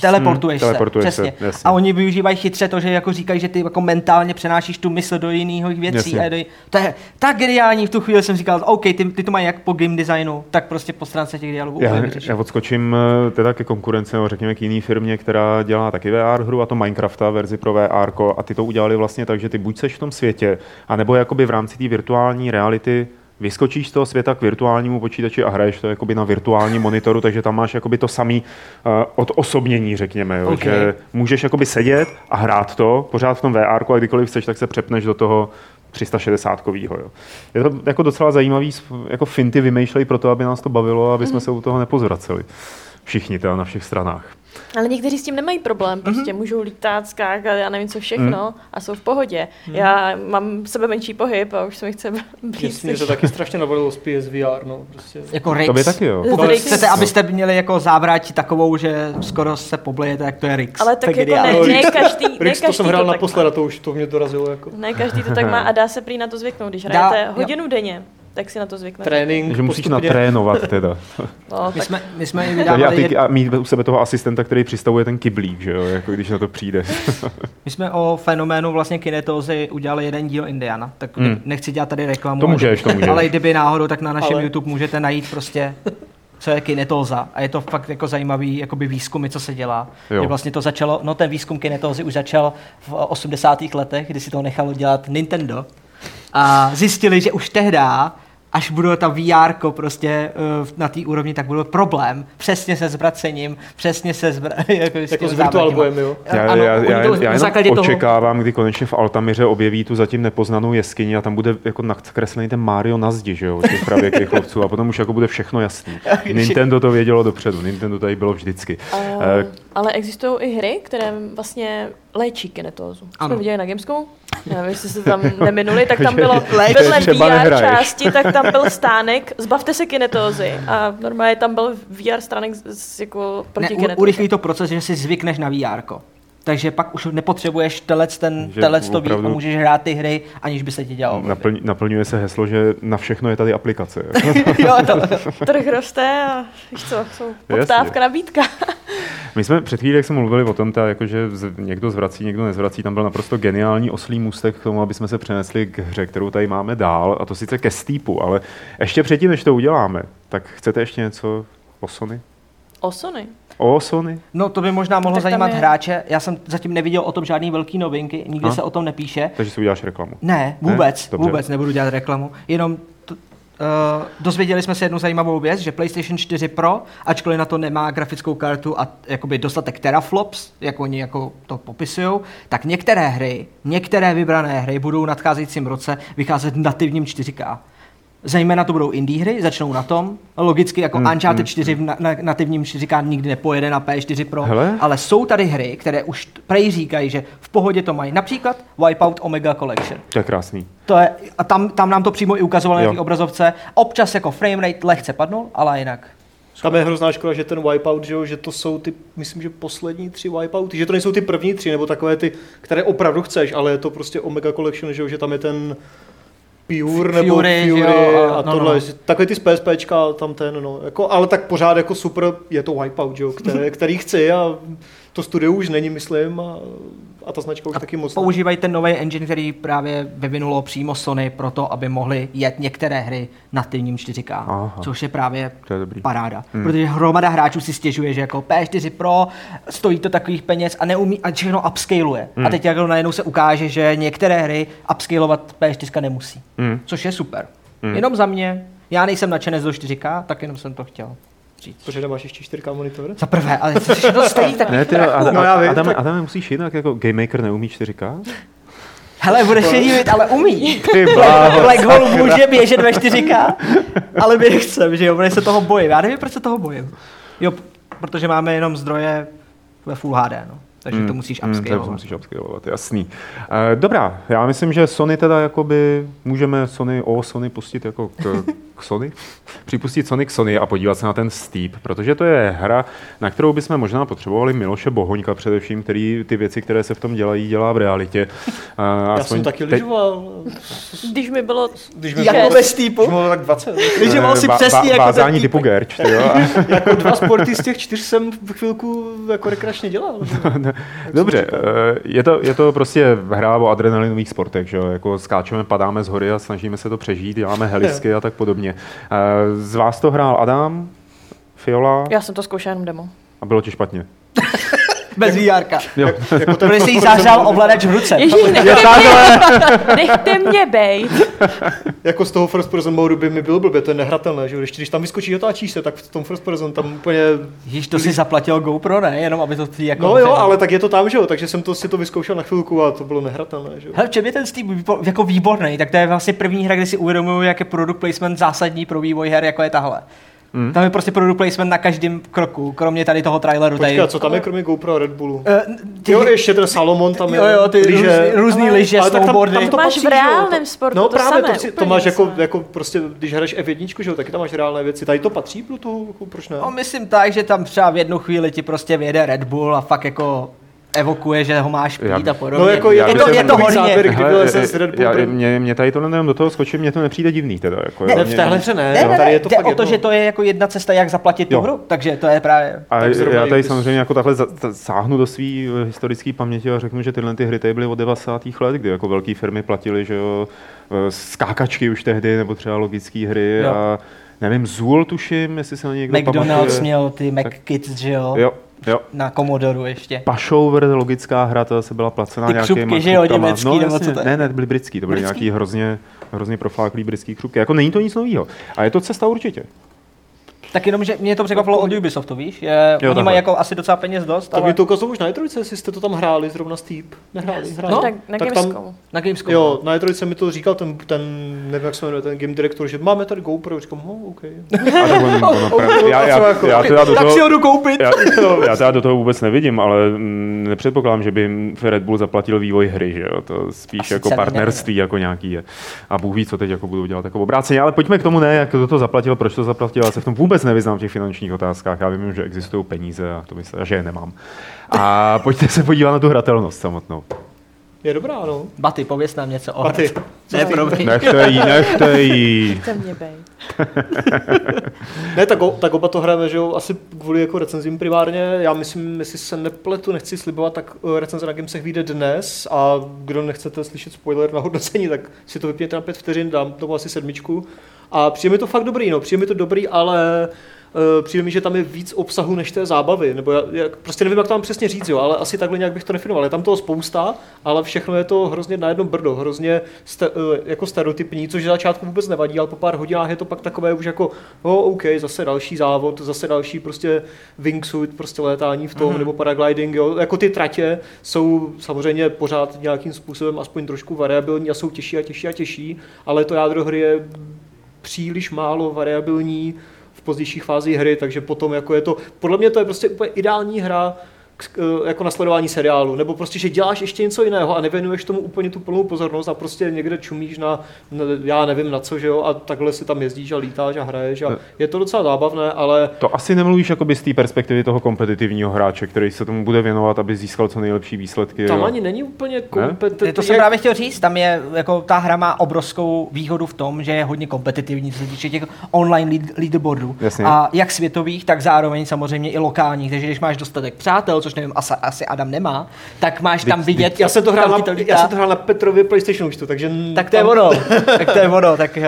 S4: Teleportuješ se.
S2: Teleportuješ,
S1: Hmm,
S2: se.
S1: teleportuješ se,
S2: přesně.
S1: jasně.
S2: A oni využívají chytře to, že jako říkají, že ty jako mentálně přenášíš tu mysl do jiných věcí.
S1: Jasně.
S2: A do, to je tak geniální, v tu chvíli jsem říkal, OK, ty, ty to mají jak po game designu, tak prostě po stránce těch dialogů.
S1: Já,
S2: úplně vyřešený.
S1: já odskočím eh, teda ke konkurenci, nebo řekněme k jiný firmě, která dělá taky VR hru, a to Minecrafta, verzi pro VR, a ty to udělali vlastně tak, že ty buď seš v tom světě, anebo jakoby v rámci té virtuální reality vyskočíš z toho světa k virtuálnímu počítači a hraješ to jakoby na virtuálním monitoru, takže tam máš jakoby to samý uh, odosobnění, řekněme, jo,
S2: Ok.
S1: že můžeš jakoby sedět a hrát to pořád v tom VR a kdykoliv chceš, tak se přepneš do toho 360 kovýho. Jo. Je to jako docela zajímavý, sp- jako finty vymýšlejí pro to, aby nás to bavilo a aby
S2: Mhm.
S1: jsme se u toho nepozvraceli. Všichni teda na všech stranách.
S4: Ale někteří s tím nemají problém,
S3: Mhm.
S4: prostě mm-hmm. můžou lítat, skákat, já nevím co všechno mm. a jsou v pohodě.
S3: Mhm.
S4: Mm. Já mám sebe menší pohyb a už se mi chce být.
S3: Mě to taky strašně nabavilo z PSVR, no, prostě.
S2: Jako Rix.
S1: To by taky jo.
S4: To
S2: Pokud
S4: Rix.
S2: chcete, abyste měli jako závrať takovou, že skoro se poblejete, jak to je Rix.
S4: Ale
S2: To
S4: tak
S2: je
S4: jako
S2: geniální.
S4: ne,
S3: No,
S4: ne
S3: Rix-
S4: každý, ne
S3: Rix,
S4: každý
S3: to jsem hrál
S4: tak má.
S3: naposled a to už to mě dorazilo jako.
S4: Ne každý to tak má a dá se prý na to zvyknout. Když
S2: Dá,
S4: hrajete
S2: jo.
S4: hodinu denně, tak si na to zvyknete.
S3: Trénink.
S1: Že musíš
S3: postupně.
S1: natrénovat teda.
S4: No,
S2: My
S4: tak
S2: jsme, my jsme i
S1: Takže a,
S2: vydávali
S1: ty, a mít u sebe toho asistenta, který přistavuje ten kyblík, že jo, jako když na to přijde.
S2: My jsme o fenoménu vlastně kinetózy udělali jeden díl Indiana, tak
S1: Hmm.
S2: hmm. nechci dělat tady reklamu.
S1: To
S2: ale-
S1: můžeš, to můžeš.
S2: Ale kdyby náhodou, tak na našem
S3: Ale-
S2: ale... YouTube můžete najít prostě co je kinetóza. A je to fakt jako zajímavý jakoby výzkumy, co se dělá.
S1: Jo.
S2: Že vlastně to začalo, no ten výzkum kinetózy už začal v 80. letech, kdy si to nechalo dělat Nintendo. A zjistili, že už tehdy až budou ta VR prostě eh, na té úrovni, tak bude problém. Přesně se zbracením, přesně se zbra... jako, s
S3: Jako
S2: těmi
S3: s Virtual
S2: zábratěma.
S3: Boyem, jo.
S1: Já,
S2: Ano,
S1: já,
S2: oni
S1: já, já
S2: to na
S1: jenom
S2: základě toho...
S1: očekávám, kdy konečně v Altamiře objeví tu zatím nepoznanou jeskyni a tam bude jako nakreslený ten Mario na zdi, že jo, těch pravěk rychlovců a potom už jako bude všechno jasný. Nintendo to vědělo dopředu, Nintendo tady bylo vždycky.
S4: Uh,
S1: Eh,
S4: ale existují i hry, které vlastně léčí kinetózu. Ano. Jsme
S2: Ano.
S4: viděli na Gamescomu, Já nevím, jestli se tam neminuli, tak tam bylo
S1: Léčí
S4: vedle
S1: třeba
S4: VR
S1: nehraješ.
S4: části, tak tam byl stánek Zbavte se kinetózy. A normálně tam byl VR stánek z- z, jako proti
S2: ne, u-
S4: kinetóze.
S2: urychlí to proces, že si zvykneš na VR. Takže pak už nepotřebuješ telec ten
S1: Že
S2: telec to být a
S1: opravdu-
S2: můžeš hrát ty hry, aniž by se ti dělalo.
S1: Naplň, naplňuje se heslo, že na všechno je tady aplikace.
S2: jo, to, to.
S4: Trh roste a víš co, jsou poptávka, nabídka.
S1: My jsme před chvílí, jak jsme mluvili o tom, ta, jako, že z, někdo zvrací, někdo nezvrací, tam byl naprosto geniální oslý můstek k tomu, aby jsme se přenesli k hře, kterou tady máme dál, a to sice ke Steepu, ale ještě předtím, než to uděláme, tak chcete ještě něco o Sony?
S4: Osony.
S1: O Sony?
S2: No to by možná mohlo
S4: Tak tam
S2: zajímat
S4: je-
S2: je... hráče. Já jsem zatím neviděl o tom žádný velký novinky, nikdy
S1: A?
S2: a? se o tom nepíše.
S1: Takže si uděláš reklamu.
S2: Ne,
S1: Ne?
S2: vůbec, ne?
S1: Dobře.
S2: vůbec nebudu dělat reklamu. Jenom t- Uh, dozvěděli jsme se jednu zajímavou věc, že PlayStation 4 Pro, ačkoliv na to nemá grafickou kartu a t- jakoby dostatek teraflops, jak oni jako to popisují, tak některé hry, některé vybrané hry budou v nadcházejícím roce vycházet v nativním 4K. Zejména to budou indie hry, začnou na tom. Logicky jako hmm, Uncharted 4 v na, na, nativním 4K nikdy nepojede na P4 Pro,
S1: Hele.
S2: ale jsou tady hry, které už t- prej říkají, že v pohodě to mají. Například Wipeout Omega Collection.
S1: To je krásný.
S2: To je, a tam, tam nám to přímo i ukazovalo
S1: Jo.
S2: na té obrazovce. Občas jako framerate lehce padnul, ale jinak.
S3: Tam je hrozná škoda, že ten wipeout, že, jo, že to jsou ty, myslím, že poslední tři wipeouty, že to nejsou ty první tři, nebo takové ty, které opravdu chceš, ale je to prostě Omega Collection, že, jo, že tam je ten Pure nebo
S2: Fury,
S3: Fury,
S2: že jo, a-
S3: a, a
S2: no,
S3: tohle,
S2: no.
S3: že- takové ty z PSPčka, tam ten, no, jako, ale tak pořád jako super je to wipeout, že, jo, které, který chci a to studio už není, myslím, a, a ta značka už taky moc. ne.
S2: Používají ten nový engine, který právě vyvinulo přímo Sony pro to, aby mohli jet některé hry nativním 4K,
S1: Aha.
S2: což je právě
S1: To je dobrý.
S2: paráda. Hmm. Protože hromada hráčů si stěžuje, že jako P4 Pro stojí to takových peněz a neumí a všechno upscaluje. Hmm. A teď jako najednou se ukáže, že některé hry upscalovat P4 nemusí,
S1: Hmm.
S2: hmm. což je super. Hmm. Jenom za mě, já nejsem nadšenec do 4K, tak jenom jsem to chtěl říct.
S3: Protože nemáš ještě 4K monitor?
S2: Za prvé, ale to všechno stojí tak.
S1: Ne, ty, a, a,
S3: No, já vím,
S1: a, Adame,
S3: tak-
S1: Adame, musíš jinak, jako Game Maker neumí 4K?
S2: Hele, budeš se divit, ale umí.
S1: Ty bláho,
S2: Black Hole může běžet ve 4K, ale my nechcem, že jo, protože se toho bojím. Já nevím, proč se toho bojím. Jo, p- protože máme jenom zdroje ve Full HD, no. takže to musíš
S1: Mm, to
S2: upscalovat.
S1: musíš upscalovat, jasný. E, dobrá, já myslím, že Sony teda jakoby, můžeme Sony o Sony pustit jako k, k Sony, připustit Sony k Sony a podívat se na ten Steep, protože to je hra, na kterou bychom možná potřebovali Miloše Bohoňka především, který ty věci, které se v tom dělají, dělá v realitě. E,
S3: Já jsem taky lyžoval.
S4: Když mi bylo...
S3: Když
S4: Jako
S3: bylo-
S4: ve
S2: Steepu?
S3: Když mi bylo tak 20.
S2: Lyžoval
S1: Eh,
S2: si přesně jako ten
S1: Vázání
S2: týpek.
S1: typu Gerč, ty jo.
S3: jako dva sporty z těch čtyř jsem v chvilku jako rekreačně dělal.
S2: No,
S1: Dobře, eh, je to, je to prostě hra o adrenalinových sportech, že jo? Jako skáčeme, padáme z hory a snažíme se to přežít, děláme helisky a tak podobně. Eh, Z vás to hrál Adam, Fiola
S4: Já jsem to zkoušela jenom demo.
S1: a bylo ti špatně.
S2: Bez VR.
S1: Jo.
S2: Protože jsi jí zahřál ovladač v ruce.
S4: Ježíš, nechte mě, nechte mě bejt.
S3: Jako z toho First Person modu by mi bylo blbě, to je nehratelné, že jo? Ještě když tam vyskočí otáčíš se, tak v tom First Person tam úplně...
S2: Ježíš, to si zaplatil GoPro, ne? Jenom aby to ty jako...
S3: No jo, ale tak je to tam, že jo, takže jsem to, si to vyzkoušel na chvilku a to bylo nehratelné, že jo.
S2: Hele, v čem je ten Steam výbo- jako výborný? Tak to je vlastně první hra, kde si uvědomuju, jak je product placement zásadní pro vývoj her, jako je tahle. Hmm. Tam je prostě product placement na každém kroku, kromě tady toho traileru.
S3: Počkej, a
S2: tady.
S3: co tam je kromě GoPro a Red Bullu?
S2: Eh, n- ty,
S3: Jo, ještě ten Salomon tam je.
S2: jo, jo, ty
S3: lyže.
S2: růz, různý
S4: Ale-
S2: liže,
S3: Ale tak tam-
S2: snowboardy.
S3: tam
S4: To máš
S3: patří,
S4: v
S3: že jo,
S4: reálném
S3: to-
S4: sportu,
S3: No
S4: to
S3: právě,
S4: samé,
S3: to, si, to
S4: úplně
S3: máš
S4: to
S3: jako,
S4: samé.
S3: jako, prostě, když hraješ F1, že jo, taky tam máš reálné věci. Tady to patří pro toho, jako, proč ne?
S2: No, myslím tak, že tam třeba v jednu chvíli ti prostě vyjede Red Bull a fakt jako evokuje, že ho máš
S1: Já
S2: pít
S1: bych-
S2: a podobně.
S3: No jako je,
S1: Já
S3: tam
S1: bych
S2: to,
S1: si
S2: je
S1: mohl
S2: to
S3: takový
S2: hodně.
S3: záběr, kdy
S1: Hele,
S3: byl
S1: eh,
S3: jsem s Red
S1: já-
S3: Bullem.
S1: mě, mě tady tohle jenom do toho skočím, mě to nepřijde divný teda. Jako,
S3: Ne,
S1: jo,
S3: v
S1: mě-
S3: téhle hře
S2: Ne,
S3: ne,
S2: ne,
S3: tady je
S2: ne,
S3: to
S2: jde
S3: fakt
S2: o to,
S3: jedno.
S2: že to je jako jedna cesta, jak zaplatit tu
S1: Jo.
S2: hru, takže to je právě...
S1: A
S3: Tak zrovna
S1: já tady
S3: Juventus.
S1: samozřejmě jako takhle za- ta- sáhnu do své historické paměti a řeknu, že tyhle ty hry tady byly od 90. let, kdy jako velké firmy platily, že jo, eh, skákačky už tehdy, nebo třeba logické hry
S2: Jo.
S1: a nevím, Zool tuším, jestli se na někdo
S2: McDonald's
S1: pamatuje.
S2: měl ty
S1: Tak-
S2: McKids, že jo?
S1: Jo, jo.
S2: Na Commodore ještě.
S1: Pashover, logická hra, ta se byla placená
S2: Ty
S1: nějakýma
S2: křupky, že jo,
S1: křupkama.
S2: německý,
S1: no,
S2: nebo
S1: jasně,
S2: co to je?
S1: Ne, ne, byly britský, to byly
S2: Britský?
S1: nějaký hrozně, hrozně profláklý britský křupky. Jako není to nic nového. A je to cesta určitě.
S2: Tak jenom, že mě to překvapilo od Ubisoftu, víš? Je,
S1: Jo,
S2: jo, oni
S1: takhle.
S2: mají jako asi docela peněz dost,
S3: Tak
S2: ale
S3: mi to ukázalo už na E3, jestli jste to tam hráli zrovna Steep. Nehráli, hráli.
S4: No, tak na Gamescomu.
S2: na Gamescomu.
S3: Jo, na E3 mi to říkal ten, ten, nevím jak se jmenuje, ten game director, že máme tady GoPro, říkám, no, OK.
S1: A tak on, ono, pra- já, já, já, já teda do
S2: tak
S1: toho,
S2: si ho jdu koupit.
S1: Já, já teda do toho vůbec nevidím, ale mm, nepředpokládám, že by jim Red Bull zaplatil vývoj hry, že jo? To spíš
S2: Asi
S1: jako
S2: celý
S1: partnerství jako nějaký je. A Bůh ví, co teď jako budou dělat jako obráceně. Ale pojďme k tomu ne, jak kdo to zaplatil, proč to zaplatil. Já se v tom vůbec nevyznám v těch finančních otázkách. Já vím, že existují peníze a to myslím, že je nemám. A pojďte se podívat na tu hratelnost samotnou.
S3: Je dobrá, no.
S2: Baty, pověz nám něco o
S3: Baty,
S2: hře. Ne, promiň.
S1: Nechte jí, nechte jí.
S4: Nechte mě bejt.
S3: Ne, tak, o- tak oba to hrajeme, že jo, asi kvůli jako recenzím primárně. Já myslím, jestli se nepletu, nechci slibovat, tak eh, recenze na Gamesech vyjde dnes a kdo nechcete slyšet spoiler na hodnocení, tak si to vypněte na pět vteřin, dám tomu asi sedmičku. A přijde mi to fakt dobrý, no, přijde mi to dobrý, ale eh, přijde mi, že tam je víc obsahu než té zábavy, nebo já, já prostě nevím, jak to mám přesně říct, jo, ale asi takhle nějak bych to definoval. Je tam toho spousta, ale všechno je to hrozně na jedno brdo, hrozně ste, eh, jako stereotypní, což ze začátku vůbec nevadí, ale po pár hodinách je to pak takové už jako, no OK, zase další závod, zase další prostě wingsuit, prostě létání v tom, mm-hmm. nebo paragliding, jo. Jako ty tratě jsou samozřejmě pořád nějakým způsobem aspoň trošku variabilní a jsou těžší a těžší a těžší, ale to jádro hry je příliš málo variabilní v pozdějších fázích hry, takže potom jako je to, podle mě to je prostě úplně ideální hra k, k- jako na sledování seriálu, nebo prostě, že děláš ještě něco jiného a nevěnuješ tomu úplně tu plnou pozornost a prostě někde čumíš na, na já nevím na co, že jo, a takhle si tam jezdíš a lítáš a hraješ a je to docela zábavné, ale
S1: To asi nemluvíš jakoby z té perspektivy toho kompetitivního hráče, který se tomu bude věnovat, aby získal co nejlepší výsledky.
S3: tam
S1: jo.
S3: ani není úplně kompetitivní.
S2: To jsem právě chtěl říct, tam je, jako ta hra má obrovskou výhodu v tom, že je hodně kompetitivní, co se týče těch online lead, leaderboardů.
S1: Jasně.
S2: A jak světových, tak zároveň samozřejmě i lokálních, takže když máš dostatek přátel, což nevím, asi, asi Adam nemá, tak máš tam vidět...
S3: já jsem to hrál,
S2: kam
S3: na,
S2: ti lítá.
S3: já jsem to hrál na Petrově PlayStation účtu, takže...
S2: Tak to je
S3: tam-
S2: ono, tak to je ono, tak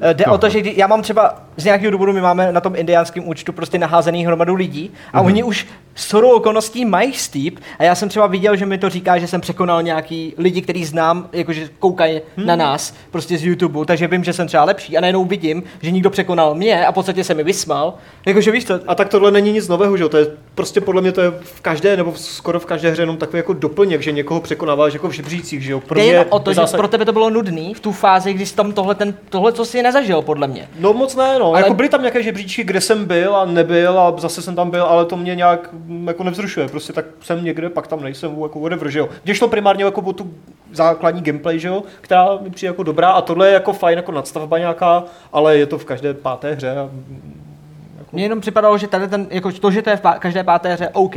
S2: eh, jde o to, že kdy- já mám třeba z nějakého důvodu, my máme na tom indiánském účtu prostě naházený hromadu lidí a oni už s horou okolností mají steep a já jsem třeba viděl, že mi to říká, že jsem překonal nějaký lidi, který znám, jakože koukají na nás prostě z YouTube, takže vím, že jsem třeba lepší a najednou vidím, že někdo překonal mě a v podstatě se mi vysmal, jakože víš to,
S3: A tak tohle není nic nového, že jo? To je prostě podle mě to je v každé, nebo v- skoro v každé hře jenom takový jako doplněk, že někoho překonáváš jako v žebřících, že jo? Pro
S2: Jde jen o to,
S3: je
S2: že
S3: zásad-
S2: pro tebe to bylo nudný v tu fázi, když jsi tam tohle, ten, tohle co si nezažil, podle mě.
S3: No moc ne, no.
S2: Ale-
S3: Ale... Jako byly tam nějaké žebříčky, kde jsem byl a nebyl a zase jsem tam byl, ale to mě nějak m, jako nevzrušuje, prostě tak jsem někde, pak tam nejsem, jako whatever, že jo. Mně šlo primárně jako o tu základní gameplay, že jo, která mi přijde jako dobrá a tohle je jako fajn, jako nadstavba nějaká, ale je to v každé páté hře a
S2: Mně jenom připadalo, že tady ten, jako to, že to je v pá- každé páté hře OK,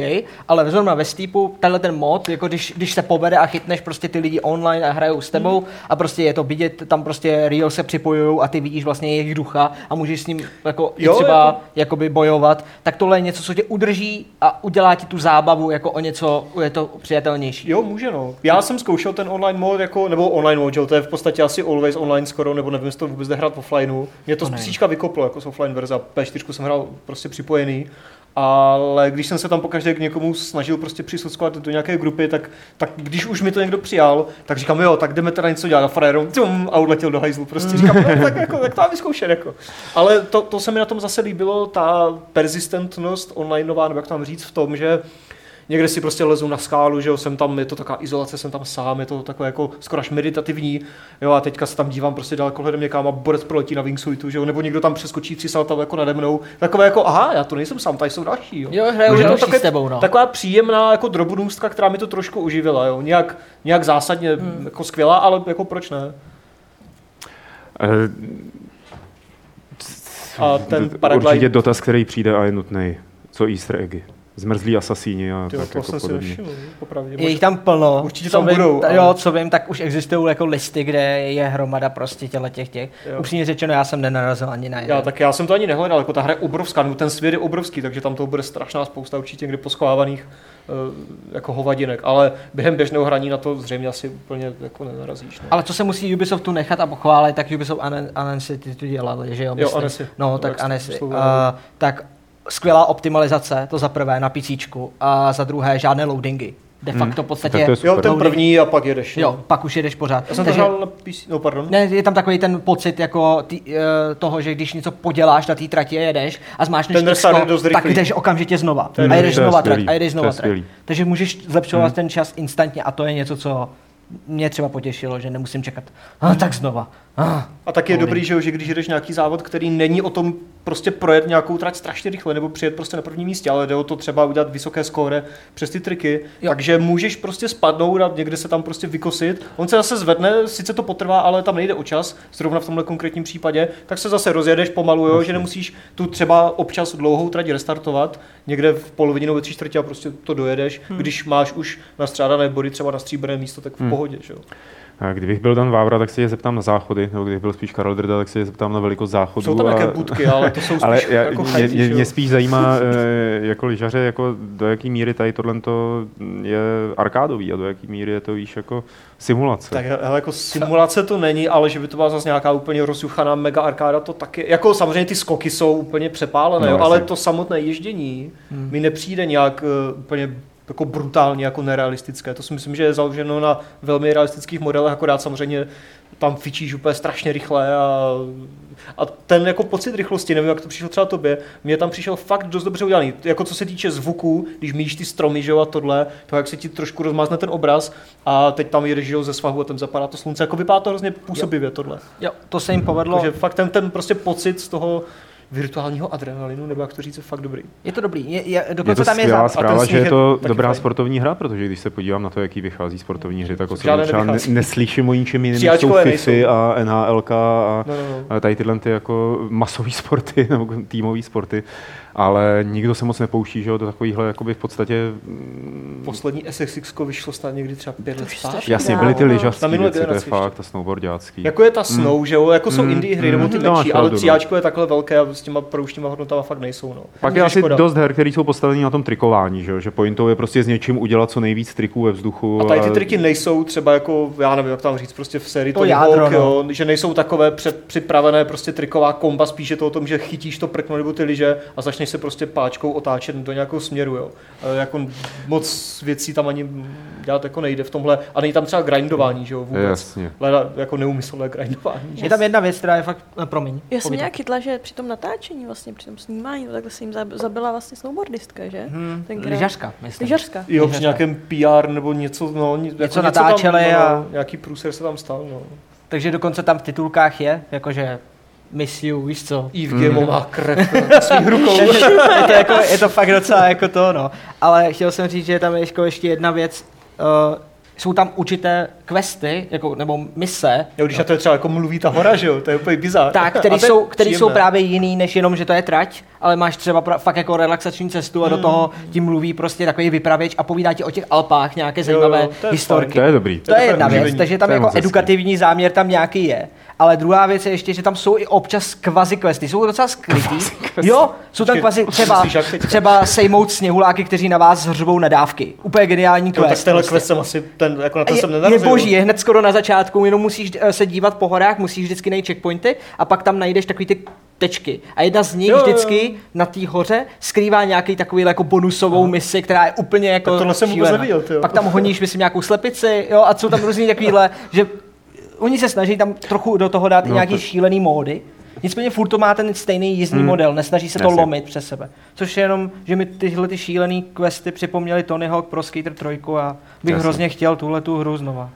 S2: ale zrovna ve Steepu, tenhle ten mod, jako když, když se povede a chytneš prostě ty lidi online a hrajou s tebou a prostě je to vidět, tam prostě real se připojují a ty vidíš vlastně jejich ducha a můžeš s ním jako jo,
S3: Jo,
S2: třeba jako...
S3: jako-
S2: jakoby bojovat, tak tohle je něco, co tě udrží a udělá ti tu zábavu jako o něco, je to přijatelnější.
S3: Jo, může no. Já jsem zkoušel ten online mod, jako, nebo online mod, že jo, to je v podstatě asi always online skoro, nebo nevím, jestli to vůbec jde hrát offlineu. Mě to z psíčka vykoplo, jako z offline verze, a P4 jsem hrál prostě připojený. Ale když jsem se tam pokaždé k někomu snažil prostě přisockovat do nějaké grupy, tak, tak když už mi to někdo přijal, tak říkám, jo, tak jdeme teda něco dělat a frajerom tum, a odletěl do hajzlu. Prostě říkám, no, tak, jako, tak to mám vyzkoušet. Jako. Ale to, to, se mi na tom zase líbilo, ta persistentnost online nová, nebo jak tam říct, v tom, že Někde si prostě lezu na skálu, že jo, jsem tam, je to taková izolace, jsem tam sám, je to takové jako skoro až meditativní, jo, a teďka se tam dívám prostě dalekohledem někam a borec proletí na wingsuitu, že jo, nebo někdo tam přeskočí, tři salta jako nade mnou, takové jako, aha, já tu nejsem sám, tady jsou další, jo.
S2: Jo, hrajou
S3: Takže to
S2: další
S3: také-
S2: s tebou, no.
S3: Taková příjemná jako drobnůstka, která mi to trošku uživila, jo, nějak, nějak zásadně hmm. jako skvělá, ale jako proč ne?
S1: Eh,
S3: A ten
S1: Určitě
S3: Paraglide,
S1: dotaz, který přijde a je nutný. Co easter eggy? Zmrzlí asasíni a
S3: ty,
S1: tak
S3: jako
S1: jako
S3: jsem si
S1: podobně.
S3: nevšiml, popravdě.
S2: Je jich tam plno.
S3: Určitě
S2: Co
S3: tam
S2: vím,
S3: budou,
S2: Ta,
S3: ale-
S2: jo, co vím, tak už existují jako listy, kde je hromada prostě těle těch těch.
S3: Jo.
S2: Upřímně řečeno, já jsem nenarazil ani na jeden.
S3: Já, tak já jsem to ani nehledal, jako ta hra je obrovská, nebo ten svět je obrovský, takže tam toho bude strašná spousta určitě někde poschovávaných eh, jako hovadinek, ale během běžného hraní na to zřejmě asi úplně jako nenarazíš. No.
S2: Ale co se musí Ubisoftu nechat a pochválit, tak Ubisoft Anen- Anansi to dělali, že jo? myslím.
S3: Anansi.
S2: No,
S3: No,
S2: tak
S3: tak jsem
S2: Anansi. Uh,
S3: oslovil.
S2: tak skvělá optimalizace, to za prvé na PCčku a za druhé žádné loadingy. De facto v podstatě,
S1: Hmm. Tak to je
S3: Jo,
S1: super.
S3: ten první a pak jedeš. no.
S2: jo, pak už jedeš pořád.
S3: Já jsem to hrál na PC, no pardon.
S2: Ne, je tam takový ten pocit jako tý, uh, toho, že když něco poděláš na té trati a jedeš a zmášneš
S3: Ten
S2: Xko,
S3: restart je dost
S2: tak
S3: rychlý.
S2: jdeš okamžitě znova.
S3: je
S2: a jedeš
S1: dobrý.
S2: znova
S1: To je
S2: trať, a
S1: skvělý,
S2: jedeš znova
S1: to je
S2: trať.
S1: skvělý. Hmm.
S2: Takže můžeš zlepšovat ten čas instantně a to je něco, co mě třeba potěšilo, že nemusím čekat. Ah, tak znova. Ah.
S3: A tak je dobrý, že, jo, že když jdeš nějaký závod, který není o tom prostě projet nějakou trať strašně rychle nebo přijet prostě na prvním místě, ale jde o to třeba udělat vysoké skóre přes ty triky,
S2: Jo.
S3: jo. takže můžeš prostě spadnout a někde se tam prostě vykosit. On se zase zvedne, sice to potrvá, ale tam nejde o čas, zrovna v tomhle konkrétním případě, tak se zase rozjedeš pomalu, jo, že nemusíš tu třeba občas dlouhou trať restartovat, někde v polovině nebo ve tři čtvrtě a prostě to dojedeš, hmm. když máš už nastrádané body třeba na stříbrné místo, tak v hmm. pohodě, že jo.
S1: A Kdybych byl Dan Vávra, tak se je zeptám na záchody, nebo kdybych byl spíš Karel Drda, tak se je zeptám na velikost záchodu.
S3: Jsou tam nějaké
S1: a-
S3: budky, ale to jsou spíš
S1: Ale já,
S3: jako
S1: mě,
S3: chajty,
S1: mě,
S3: že jo.
S1: mě spíš zajímá eh, jako lyžaře, jako do jaký míry tady tohle je arkádový a do jaký míry je to víš jako simulace.
S3: Tak hele, jako simulace to není, ale že by to byla zase nějaká úplně rozjuchaná mega arkáda, to taky. Jako samozřejmě ty skoky jsou úplně přepálené,
S1: No,
S3: no, jo, ale
S1: jasně.
S3: to samotné ježdění hmm. mi nepřijde nějak eh, úplně jako brutálně jako nerealistické. To si myslím, že je založeno na velmi realistických modelech, akorát samozřejmě tam fičíš úplně strašně rychle a, a ten jako pocit rychlosti, nevím, jak to přišlo třeba tobě, mně tam přišel fakt dost dobře udělaný. Jako co se týče zvuku, když míš ty stromy, že jo, a tohle, to jak se ti trošku rozmázne ten obraz a teď tam jedeš, že jo, ze svahu a tam zapadá to slunce, jako vypadá to hrozně působivě tohle.
S2: Jo, to se jim
S1: Hmm,
S2: povedlo.
S3: Takže fakt ten, ten prostě pocit z toho virtuálního adrenalinu, nebo jak to říct, je fakt dobrý.
S2: Je to dobrý. Je, je,
S1: Je
S2: dokonce
S1: to
S2: tam je
S1: skvělá
S2: za...
S3: ten
S1: zpráva,
S3: sníh
S1: že je
S3: je
S1: to
S3: taky
S1: dobrá
S3: fajn.
S1: sportovní hra, protože když se podívám na to, jaký vychází sportovní hry, tak
S3: Žádné
S1: osobně třeba ne-
S3: nevychází.
S1: neslýším o ničem jiném, než jsou
S3: Stříhačkové
S1: FIFA a NHLK a,
S3: No, no, no.
S1: a tady tyhle ty jako masové sporty nebo týmové sporty, ale nikdo se moc nepouští že jo, do takovýchhle jakoby v podstatě,
S3: Poslední SSX vyšlo snad někdy třeba pět let zpátky.
S1: jasně
S4: Já,
S1: byly ty
S4: no.
S1: lyžařské
S3: Na minulé
S1: věci, to je
S3: generaci ještě.
S1: fakt, a snowboardácký.
S3: Jako je ta Snow, že jo, jako jsou
S1: Mm,
S3: indie hry,
S1: mm,
S3: nebo ty
S1: to máš
S3: menší,
S1: pravdu,
S3: ale
S1: no.
S3: tříáčko je takhle velké a s těma proužníma hodnotama fakt nejsou, no.
S1: Pak
S3: To
S1: je asi
S3: škoda.
S1: dost her, které jsou postaveny na tom trikování, že, jo? že pointou je prostě s něčím udělat co nejvíc triků ve vzduchu.
S3: A tady ty triky nejsou třeba jako, já nevím, jak tam říct, prostě v sérii
S2: To
S3: to
S2: jádro,
S3: Hawk,
S2: no.
S3: jo, že nejsou takové předpřipravené prostě triková komba, spíše to o tom, že chytíš to prkno nebo ty liže a začneš se prostě páčkou otáčet do nějakého směru, jo. E, Jako moc věcí tam ani dělat jako nejde v tomhle a není tam třeba grindování, že jo, vůbec.
S1: Jasně.
S3: Leda, jako neumyslné grindování. že?
S2: Je tam jedna věc, která je fakt... eh, Promiň.
S4: Já jsem
S2: povídej.
S4: nějak chytla, že při tom natáčení, vlastně při tom snímání, no takhle se jim zab- zabila vlastně snowboardistka, že?
S2: Hm,
S4: Tenkrát.
S2: Lyžařka, myslím.
S4: Lyžařka.
S3: Jo, při nějakém PR nebo něco, no, ně- jako něco
S2: natáčeli
S3: tam,
S2: a-
S3: no, nějaký průser se tam stal, no.
S2: Takže dokonce tam v titulkách je, jakože miss you, víš co.
S3: Eve Gemo má krev na svých rukou.
S2: je, to jako, je to fakt docela jako to, no. Ale chtěl jsem říct, že je tam ještě, ještě jedna věc. Uh, jsou tam určité questy, jako, nebo mise,
S3: Jo, když na to je třeba jako mluví ta hora, že jo, to je úplně bizar.
S2: tak,
S3: A to
S2: který,
S3: je
S2: jsou, který
S3: příjemné.
S2: jsou právě jiný, než jenom, že to je trať, ale máš třeba pra, fakt jako relaxační cestu
S3: Hmm.
S2: a do toho ti mluví prostě takový vypravěč a povídá ti o těch Alpách nějaké zajímavé
S3: jo, to je
S2: historky.
S1: To je dobrý.
S2: To je jedna věc,
S3: uživení.
S2: takže
S1: To
S2: tam
S1: je
S2: jako
S1: moc hezký.
S2: edukativní záměr tam nějaký je. Ale druhá věc je ještě, že tam jsou i občas kvazi questy. Jsou docela skrytý. Jo, jsou tam
S3: Počkej,
S2: kvazi
S3: to
S2: třeba,
S3: myslíš jak teďka?
S2: třeba sejmout sněhuláky, kteří na vás hřbou na dávky. Úplně geniální
S3: Jo, tak
S2: quest.
S3: tenhle
S2: prostě.
S3: quest jsem asi, ten, jako na ten jsem
S2: Je, je
S3: nenarazil.
S2: boží, je hned skoro na začátku, jenom musíš eh, se dívat po horách, musíš vždycky najít checkpointy a pak tam najdeš takový ty tečky. A jedna z nich
S3: Jo, jo, jo.
S2: vždycky na té hoře skrývá nějaký takový jako bonusovou misi, která je úplně jako
S3: Tak tohle jsem vůbec
S2: šílená.
S3: neviděl, ty jo.
S2: Pak tam honíš, myslím, nějakou slepici, jo, a jsou tam různý takovýhle, že oni se snaží tam trochu do toho dát i
S1: No,
S2: nějaký
S1: to- Hmm.
S2: šílený módy. Nicméně furt to má ten stejný jízdní model, nesnaží se to
S1: Jasně.
S2: lomit přes sebe. Což je jenom, že mi tyhle ty šílený questy připomněly Tony Hawk pro Skater 3 a bych
S1: Jasně.
S2: hrozně chtěl tuhle tu hru znova.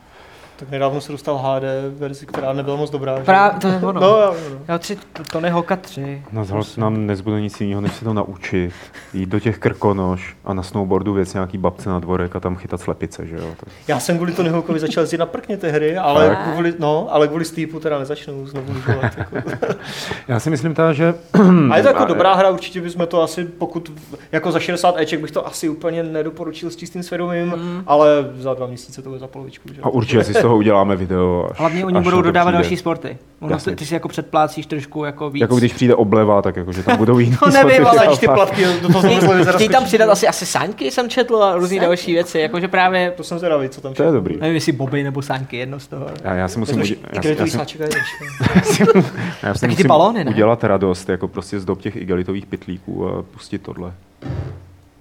S3: Tak nedávno se dostal HD verzi, která nebyla moc dobrá. že?
S2: Právě, to je ono.
S3: No, jo, jo.
S2: Jo, tři, Tony Hawka 3.
S1: Na zhlas nám nezbude nic jiného, než se to naučit, jít do těch krkonož a na snowboardu věc nějaký babce na dvorek a tam chytat slepice, že jo? To-
S3: Já jsem kvůli Tony Hawkovi začal jezdit na prkně ty hry, ale kvůli, no, ale kvůli Steepu teda nezačnu znovu lyžovat. Jako.
S1: Já si myslím teda, že... Hmm.
S3: A je to jako dobrá hra, určitě bychom to asi, pokud v- jako za 60 Eček bych to asi úplně nedoporučil s čistým svědomím,
S2: Hmm.
S3: ale za dva měsíce to bude za polovičku. Že?
S1: A určitě si z toho uděláme video. Až,
S2: Hlavně oni
S1: až
S2: budou
S1: na to
S2: dodávat
S1: přijde.
S2: další sporty. Ono,
S1: Jasně.
S2: ty, ty si jako předplácíš trošku jako víc.
S1: Jako když přijde obleva, tak jako, že tam budou jiný
S2: To No nevím,
S1: sporty,
S2: ale
S1: že
S3: Zač ty
S1: alfa-
S3: platky do toho
S2: Chtějí-
S3: znovu
S2: Chtějí tam přidat asi, asi sáňky, jsem četl a různé další věci, jakože právě,
S3: To jsem zvědavý, co tam
S1: To je dobrý.
S2: nevím jestli boby nebo sáňky, jedno z toho.
S1: Já, já si musím,
S3: Musím,
S1: udě- já, si- já, si, já si
S2: Taky ty
S1: musím
S2: balóny, ne?
S1: udělat radost, jako prostě z dob těch igelitových pytlíků a pustit tohle.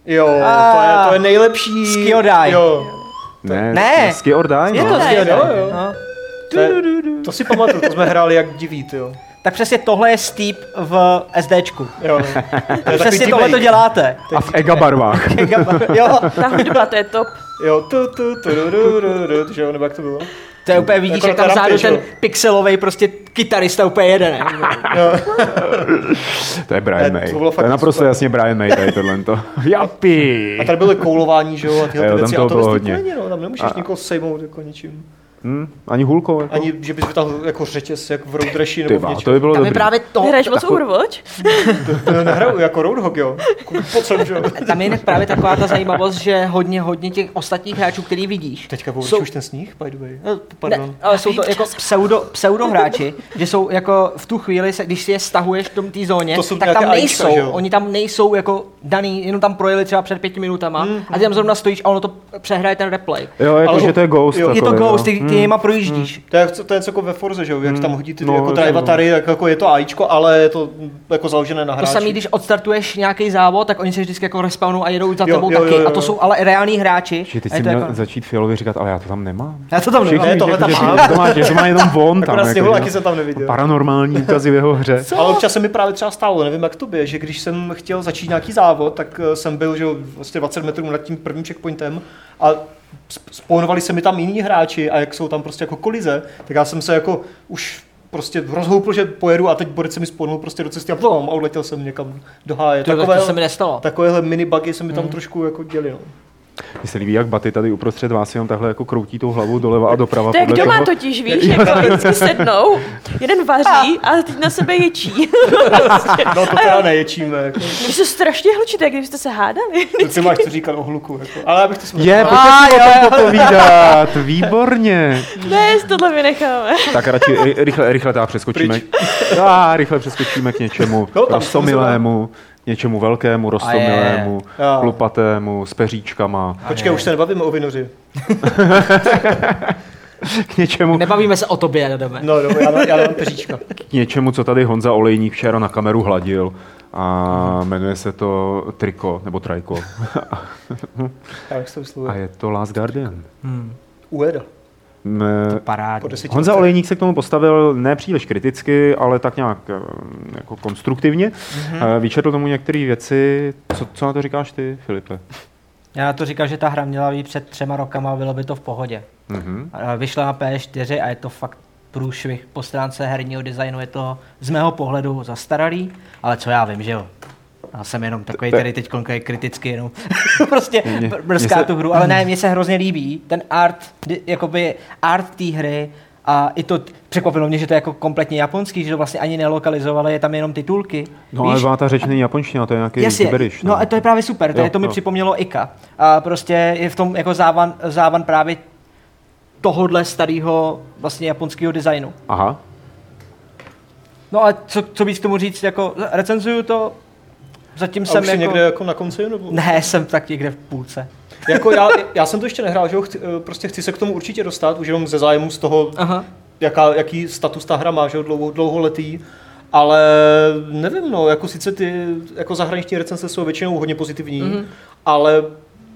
S3: Jo, to je,
S2: Ah.
S3: to je nejlepší.
S2: Skiodaj.
S3: Jo.
S1: Ne,
S2: Ne.
S1: Sky or Die,
S2: Je
S1: no.
S2: to
S4: Ne,
S2: skvělé.
S3: jo, jo.
S2: No.
S3: To, je, to si pamatuju, to jsme hráli jak diví, ty jo.
S2: Tak přesně tohle je steep v SDčku.
S3: jo. no. To je takový
S2: Přesně tohle to
S3: deepfake.
S2: děláte.
S1: A v Ega barvách.
S2: jo,
S4: Ta hudba, to je top.
S3: Jo, tu, tu, tu, tu, tu, tu, tu, tu, že jo, nebo jak to bylo?
S2: to je úplně vidíš,
S3: Jako
S2: jak tam
S3: na
S2: vzadu
S3: rampage,
S2: ten
S3: jo.
S2: pixelový prostě kytarista úplně jede, ne?
S1: To je Brian
S3: Ne,
S1: May.
S3: to bylo
S1: To
S3: fakt
S1: je naprosto
S3: super.
S1: jasně Brian May tady tohle. Japi!
S3: A tady byly koulování, že jo, a tyhle
S1: Jo, tam
S3: ty věci,
S1: toho
S3: a to
S1: bylo
S3: bylo
S1: hodně.
S3: Není, no, tam nemůžeš nikoho sejmout jako ničím.
S1: Hm, ani hulkou. Jako.
S3: Ani, že bys vytáhl jako řetěz, jak v Road
S1: Ty
S3: Rashi nebo v
S1: vá,
S3: něčem.
S1: to by bylo
S2: Tam je
S1: dobrý.
S2: právě to,
S4: Hraješ moc Overwatch?
S3: To nehraju jako Roadhog, jo. Po co, že jo.
S2: Tam je jinak právě taková ta zajímavost, že hodně, hodně těch ostatních hráčů, který vidíš,
S3: Teďka vůbec
S2: Jsou-
S3: už ten sníh, by the way.
S2: No,
S3: Pardon.
S2: ale jsou to jako pseudo, pseudo hráči, že jsou jako v tu chvíli, se, když si je stahuješ v tom té zóně,
S3: To jsou
S2: tak
S3: nějaké
S2: tam nejsou,
S3: ajíčka, že jo?
S2: oni tam nejsou jako daný, jenom tam projeli třeba před pěti minutama
S3: Hmm,
S2: a ty tam zrovna stojíš a ono to přehraje ten replay.
S1: Jo, jako,
S3: Ale-
S1: že to je Ghost.
S3: jo.
S2: Je to
S1: takový,
S2: ghost,
S1: no.
S2: ty, ty jima projíždíš.
S3: To je, to je co jako ve Forze, že jo, jak tam hodí ty
S1: no,
S3: no, jako
S1: jo,
S3: drivatary, tak jako je to AIčko, ale je to jako založené na
S2: To
S3: hráči.
S2: samé, když odstartuješ nějaký závod, tak oni se vždycky jako respawnou a jedou za
S3: Jo,
S2: tebou
S3: jo, jo,
S2: taky.
S3: jo,
S2: A to
S3: jo.
S2: jsou ale reální hráči.
S1: Že teď
S2: A je
S1: jsi
S2: to
S1: měl
S2: jako-
S1: začít Fialovi říkat, ale já to tam nemám.
S2: Já to tam
S1: Všichni,
S3: No, Ne,
S1: že-
S3: tohle
S1: že-
S3: tam
S1: že-
S3: mám.
S1: že to má, že to má jenom on tam. jako,
S3: Akorát sněhulaky
S1: že-
S3: jsem tam neviděl.
S1: Paranormální úkazy v jeho hře.
S3: Ale občas se mi právě třeba stálo, nevím jak tobě, že když jsem chtěl začít nějaký závod, tak eh, jsem byl že jo, vlastně 20 metrů nad tím prvním checkpointem a sp- spawnovali se mi tam jiní hráči a jak jsou tam prostě jako kolize, tak já jsem se jako už prostě rozhoupl, že pojedu a teď borec se mi spawnul prostě do cesty a plom a uletěl jsem někam do háje.
S2: To,
S3: Takové,
S2: to se mi nestalo.
S3: takovéhle mini bugy se mi
S1: Hmm.
S3: tam trošku jako děli. No.
S1: Mně se líbí, jak Baty tady uprostřed vás jenom takhle jako kroutí tou hlavou doleva a doprava.
S4: To jak
S1: podle
S4: doma
S1: toho-
S4: totiž, víš, jako vždycky sednou, jeden vaří a teď na sebe ječí.
S3: no to teda neječíme. Jako.
S4: Vy jste strašně hlučité, jak kdybyste se hádali.
S3: To ty máš co říkat o hluku. Jako. Ale abych to jsme...
S1: Je, pojďte si o tom popovídat. Výborně.
S4: Ne, tohle vynecháme.
S1: Tak radši ry- rychle, rychle teda přeskočíme. A rychle přeskočíme k něčemu
S3: No, tam
S1: rostomilému, k něčemu velkému, rostomilému,
S3: Jo.
S1: klupatému, s peříčkama,
S3: Počkej, už se nebavíme o vinoři.
S1: k něčemu,
S2: Nebavíme se o tobě, Adame.
S3: No, no, já, já dám peříčka.
S1: k něčemu, co tady Honza Olejník včera na kameru hladil. A jmenuje se to Triko, nebo Trajko.
S3: Já, jak se to
S1: A
S3: vyslovuje?
S1: je to Last Guardian.
S3: Ueda.
S1: Mm,
S3: Po
S2: Parádní.
S3: deseti
S1: Honza
S3: letech.
S1: Olejník se k tomu postavil ne příliš kriticky, ale tak nějak eh, jako konstruktivně.
S3: Mhm.
S1: Mm-hmm. Vyčetl tomu některé věci. Co, co na to říkáš ty, Filipe?
S2: Já na to říkal, že ta
S3: Mhm.
S2: hra měla být před třema rokama, bylo by to v pohodě.
S1: Mm-hmm.
S2: A Vyšla na PS4 a je to fakt průšvih po stránce herního designu. Je to z mého pohledu zastaralý, ale co já vím, že jo. Já jsem jenom takový, který teď konkrétně kriticky jenom prostě
S1: Mně- mně
S2: brzká
S1: se-
S2: tu hru, ale ne, mně se hrozně líbí ten art, di- jakoby art té hry a i to t- překvapilo mě, že to je jako kompletně japonský, že to vlastně ani nelokalizovali, je tam jenom titulky.
S1: No ale má ta řeč není japonština, to je nějaký
S2: Jasně,
S1: giberiš.
S2: no a to je právě super, to,
S1: Jo,
S2: je, to mi
S1: jo.
S2: připomnělo Ika. A prostě je v tom jako závan, závan právě tohodle starého vlastně japonského designu.
S1: Aha.
S2: No a co, co víc k tomu říct, jako recenzuju to, zatím
S3: A
S2: jsem
S3: už jsi
S2: jako...
S3: někde jako na konci? Nebo?
S2: Ne, jsem tak někde v půlce.
S3: jako já, já, jsem to ještě nehrál, že jo? Chci, eh, prostě chci se k tomu určitě dostat, už jenom ze zájmu z toho,
S2: Aha.
S3: jaká, jaký status ta hra má, že jo, dlouho, dlouholetý. Ale nevím, no, jako sice ty jako zahraniční recenze jsou většinou hodně pozitivní,
S2: Mhm.
S3: mm-hmm. ale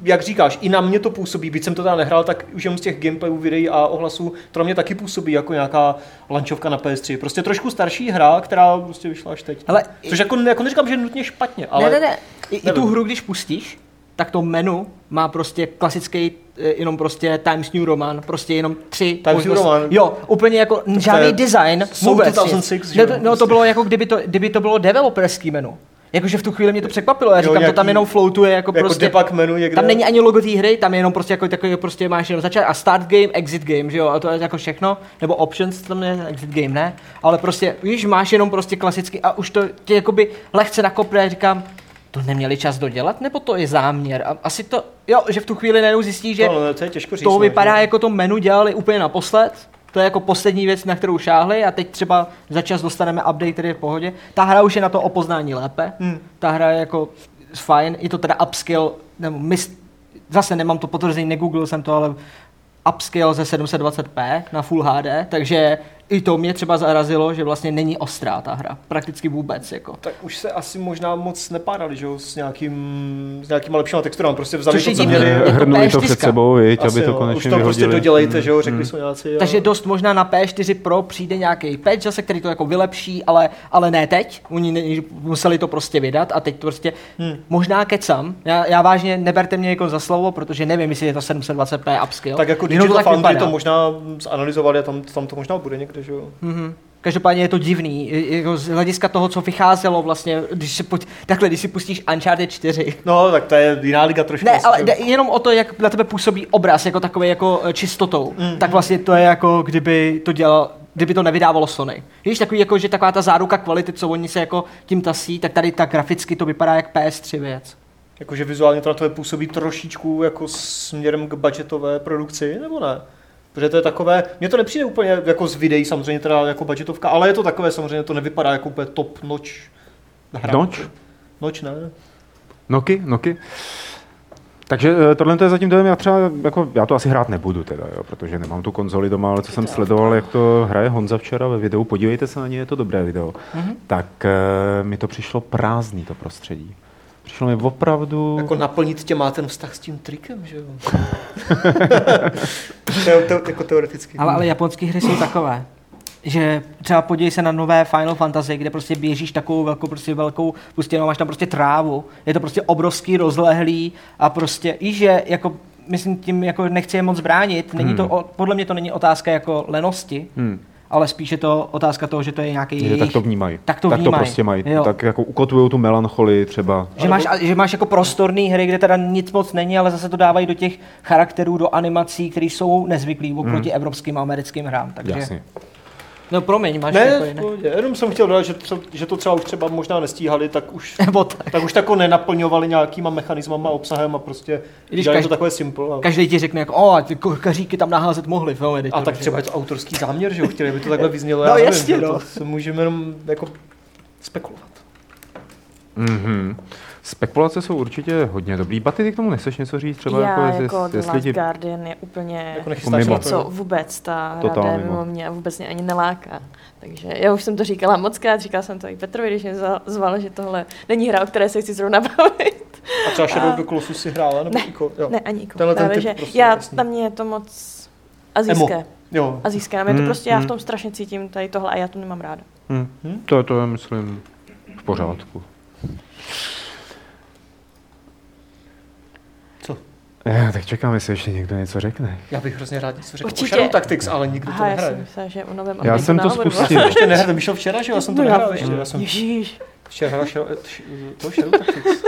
S3: jak říkáš, i na mě to působí, byť jsem to teda nehrál, tak už jenom z těch gameplayů, videí a ohlasů, to na mě taky působí jako nějaká lančovka na PS3. Prostě trošku starší hra, která prostě vyšla až teď.
S2: Ale-
S3: Což jako, jako neříkám, že je nutně špatně, ale...
S2: Ale ne, ne, ne. I, I tu
S3: nevím.
S2: hru, když pustíš, tak to menu má prostě klasický eh, jenom prostě Times New Roman, prostě jenom tři
S3: Times New
S2: možnosti.
S3: Roman.
S2: Jo, úplně jako n- žádný
S3: je
S2: design,
S3: Soul
S2: vůbec
S3: 2006,
S2: nic.
S3: že jo,
S2: Ne, to- No to
S3: prostě.
S2: bylo jako kdyby to, kdyby to bylo developerský menu. Jakože v tu chvíli mě to překvapilo, já
S3: Jo,
S2: říkám, to
S3: nějaký-
S2: tam jenom floatuje jako,
S3: jako
S2: prostě...
S3: debug menu někde.
S2: Tam není ani logo té hry, tam je jenom prostě jako takový, prostě máš jenom začát a start game, exit game, že jo, a to je jako všechno, nebo options, tam je exit game, ne, ale prostě, víš, máš jenom prostě klasicky a už to tě jakoby lehce nakopne, říkám, to neměli čas dodělat, nebo to je záměr? A asi to, jo, že v tu chvíli najednou zjistí, že
S3: No, no, to je těžko říct.
S2: to
S3: no,
S2: vypadá,
S3: že-
S2: jako to menu dělali úplně naposled, to je jako poslední věc, na kterou šáhli a teď třeba za čas dostaneme update, který je v pohodě. Ta hra už je na to opoznání lépe, hmm. ta hra je jako fajn, je to teda upskill, nebo mis, zase nemám to potvrzení, negooglil jsem to, ale upskill ze 720p na Full HD, takže i to mě třeba zarazilo, že vlastně není ostrá ta hra, prakticky vůbec. Jako.
S3: tak už se asi možná moc nepárali, že jo, s nějakým, s nějakýma lepšíma texturami, prostě vzali
S2: Což
S3: to,
S2: je
S3: co
S2: divný.
S3: měli.
S2: Je to
S1: Hrnuli to
S2: PS4.
S1: před sebou, viď, aby to
S3: jo,
S1: konečně
S3: Už to prostě
S1: vyhodili. Hmm,
S3: dodělejte, že jo, řekli jsou nějací. jo.
S2: Takže dost možná na P4 Pro přijde nějaký patch zase, který to jako vylepší, ale, ale ne teď. Oni ne, museli to prostě vydat a teď to prostě hmm. možná kecam. Já, já vážně neberte mě jako za slovo, protože nevím, jestli je to 720p upskill.
S3: tak jako
S2: Jenom
S3: Digital
S2: tak
S3: Foundry
S2: vypadá.
S3: to možná zanalizovali a tam, tam to možná bude někde, že jo.
S2: Mhm. Každopádně je to divný, i- jako z hlediska toho, co vycházelo vlastně, když si, pojď, takhle, když si pustíš Uncharted 4,
S3: No, tak to je jiná liga trošku.
S2: Ne,
S3: asi,
S2: ale
S3: že jo.
S2: jde jenom o to, jak na tebe působí obraz jako takový jako eh, čistotou. Mm. Tak vlastně to je jako kdyby to dělal, kdyby to nevydávalo Sony. Víš, takový jako, že taková ta záruka kvality, co oni se jako tím tasí, tak tady tak graficky to vypadá jak PS3 věc.
S3: Jakože vizuálně to na tebe působí trošičku jako směrem k budgetové produkci, nebo ne? Protože to je takové, mně to nepřijde úplně jako z videí samozřejmě teda jako budgetovka, ale je to takové samozřejmě, to nevypadá jako úplně top notch hra.
S1: Noč?
S3: Noč, ne?
S1: Mm. Noky? Noky? Takže eh, tohle to je zatím dojem, já třeba, jako, já to asi hrát nebudu teda, jo, protože nemám tu konzoli doma, ale co jsem sledoval, jak to hraje Honza včera ve videu, podívejte se na něj, je to dobré video,
S2: Mhm.
S1: mm-hmm. tak eh, mi to přišlo prázdný to prostředí. Přišlo mi opravdu...
S3: Jako naplnit tě má ten vztah s tím trikem, že jo? Teo- teo- jako teoreticky.
S2: Ale, ale japonské hry jsou takové. Že třeba podívej se na nové Final Fantasy, kde prostě běžíš takovou velkou, prostě velkou pustinu, máš tam prostě trávu. Je to prostě obrovský, rozlehlý a prostě i že jako myslím tím, jako nechci je moc bránit, není to, o- podle mě to není otázka jako lenosti,
S1: Hmm.
S2: ale spíš je to otázka toho, že to je nějaký
S1: Že tak to vnímají.
S2: Tak to
S1: tak to
S2: vnímají,
S1: prostě mají.
S2: jo.
S1: Tak jako ukotvují tu melancholii třeba.
S2: Že máš, a- že máš jako prostorný hry, kde teda nic moc není, ale zase to dávají do těch charakterů, do animací, které jsou nezvyklý oproti evropským a americkým hrám. Takže,
S1: Hmm. Jasně.
S2: No promiň, máš
S3: Ne,
S2: jako jiné.
S3: v pohodě. jenom jsem chtěl dodat, že, tře- že to třeba už třeba možná nestíhali, tak už
S2: Nebo tak.
S3: tak už tako nenaplňovali nějakýma mechanismama, obsahem a prostě
S2: když
S3: dělali to
S2: každ-
S3: takové simple. A,
S2: Každý ti řekne, jako, o, a ty koříky tam naházet mohli, film
S3: a tak třeba je to autorský záměr, že jo, chtěli by to takhle vyznělo.
S2: No
S3: já nevím,
S2: jasně,
S3: to-
S2: no.
S3: To se můžeme jenom jako spekulovat.
S1: Mm-hmm. Spekulace jsou určitě hodně dobrý. Baty, ty k tomu nechceš něco říct? Třeba
S4: Já
S1: jako,
S4: jako,
S1: jest-
S4: jako The
S1: jestli
S4: Last
S1: ti...
S4: Guardian je úplně
S3: Jako
S1: Jako
S3: nechystáš se
S1: mimo.
S3: na
S4: něco
S3: to.
S4: vůbec, ta
S1: Totál
S4: hra jde
S1: mimo.
S4: mimo mě a vůbec mě ani neláká. Takže já už jsem to říkala mockrát, říkala jsem to i Petrovi, když mě za- zval, že tohle není hra, o které se chci zrovna bavit.
S3: A třeba Shadow do Colossus si hrála, nebo
S4: Ne,
S3: Ico, jo.
S4: Ne, ani jako
S3: Tenhle ten
S4: právě,
S3: typ
S4: že
S3: prostě,
S4: já,
S3: jasný.
S4: tam mě je to moc azijské.
S3: Emo. Jo.
S4: Azijské, na mě to
S1: Mm,
S4: prostě, já
S1: mm.
S4: v tom strašně cítím tady tohle a já to nemám ráda.
S1: Hm? To, to je, myslím, v pořádku.
S3: Co?
S1: Já, Eh, tak čekám, jestli ještě někdo něco řekne.
S3: Já bych hrozně rád něco řekl
S4: Určitě.
S3: o Shadow Tactics, ale nikdo
S4: Aha,
S3: to
S4: já jsem
S3: nehraje.
S4: myslela, že o novém
S1: Já
S4: updateu
S1: jsem to
S4: návodu.
S1: spustil.
S4: Já
S3: Ještě nehrál, to vyšel včera, že jo? Já jsem to
S4: No,
S3: nehrál
S4: já
S3: ještě. Já jsem
S4: Ježíš.
S3: včera hrál Shadow- š- to Shadow Tactics.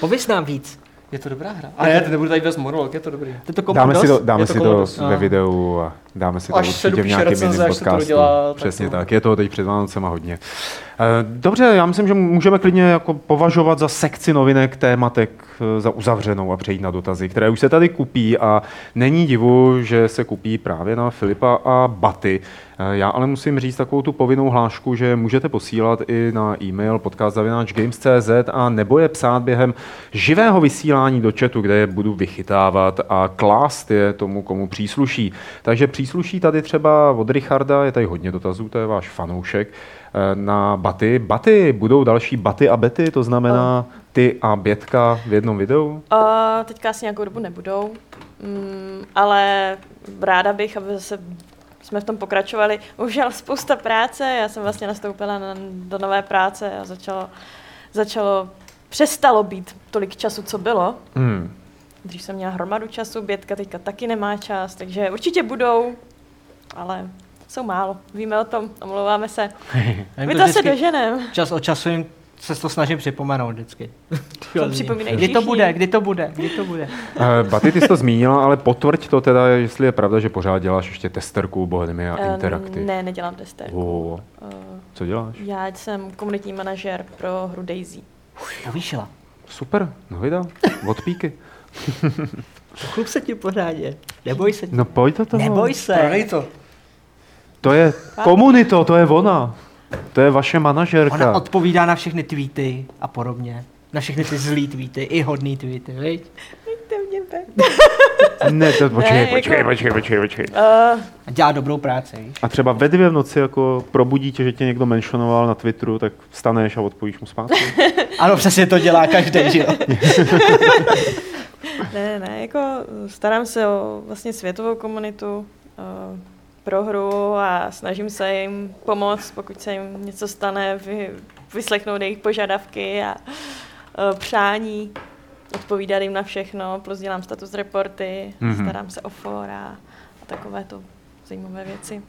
S2: Pověz nám víc.
S3: Je to dobrá hra. A ne, to nebudu tady vést monolog, je to dobrý.
S2: To to
S1: Dáme si to,
S2: komplexnost?
S1: dáme
S3: Je to
S1: si to
S3: Kommandos?
S1: ve
S3: A.
S1: videu a dáme si to
S3: Až se
S1: určitě v
S3: dopíše
S1: nějakém
S3: recenze,
S1: jiném
S3: až se to
S1: podcastu.
S3: dodělá, tak
S1: Přesně
S3: to-
S1: tak, je toho teď před Vánocema hodně. Eh, Dobře, já myslím, že můžeme klidně jako považovat za sekci novinek tématek eh, za uzavřenou a přejít na dotazy, které už se tady kupí a není divu, že se kupí právě na Filipa a Baty. Eh, Já ale musím říct takovou tu povinnou hlášku, že můžete posílat i na e-mail podcast.games.cz a nebo je psát během živého vysílání do chatu, kde je budu vychytávat a klást je tomu, komu přísluší. Takže přísluší tady třeba od Richarda, je tady hodně dotazů, to je váš fanoušek, eh, na baty. Baty, budou další baty a bety, to znamená
S4: Oh.
S1: ty a bětka v jednom videu?
S4: Uh, teďka asi nějakou dobu nebudou, mm, ale ráda bych, aby zase jsme v tom pokračovali. Už je spousta práce, já jsem vlastně nastoupila na, do nové práce a začalo, začalo, přestalo být tolik času, co bylo.
S1: Hmm.
S4: Dřív jsem měla hromadu času, Bětka teďka taky nemá čas, takže určitě budou, ale jsou málo. Víme o tom, omlouváme se.
S2: Já jim
S4: My to asi
S2: vždycky
S4: doženeme.
S2: Čas od času jim se to snažím připomenout vždycky.
S4: To připomínají
S2: Kdy to
S4: všichni.
S2: bude, kdy to bude, kdy to bude.
S1: Eh, Baty, ty jsi to zmínila, ale potvrď to teda, jestli je pravda, že pořád děláš ještě testerku Bohemia
S4: Eh,
S1: Interactive.
S4: Ne, nedělám testy.
S1: O,
S4: Eh,
S1: co děláš?
S4: Já jsem komunitní manažer pro hru Daisy.
S2: Povýšila.
S1: Super, no vydal, od píky.
S2: Chlup se ti pořádně. Neboj se.
S1: No pojď do toho.
S2: Neboj se.
S3: Prodej to.
S1: To je komunito, to je ona. To je vaše manažerka.
S2: Ona odpovídá na všechny tweety a podobně. Na všechny ty zlý tweety, i hodný tweety, viď?
S4: Nechte mě být.
S1: Ne, to, počkej,
S4: jako-
S1: počkej, počkej, počkej, počkej.
S4: Uh,
S2: A dělá dobrou práci, víš?
S1: A třeba ve dvě v noci jako probudí tě, že tě někdo mentionoval na Twitteru, tak vstaneš a odpovíš mu zpátky.
S2: Ano, přesně to dělá každý, že jo?
S4: ne, ne, jako starám se o vlastně světovou komunitu uh, pro hru a snažím se jim pomoct, pokud se jim něco stane, vy, vyslechnout jejich požadavky a uh, přání, odpovídat jim na všechno, plus dělám status reporty,
S1: Mhm.
S4: mm-hmm. starám se o fora a takové to zajímavé věci.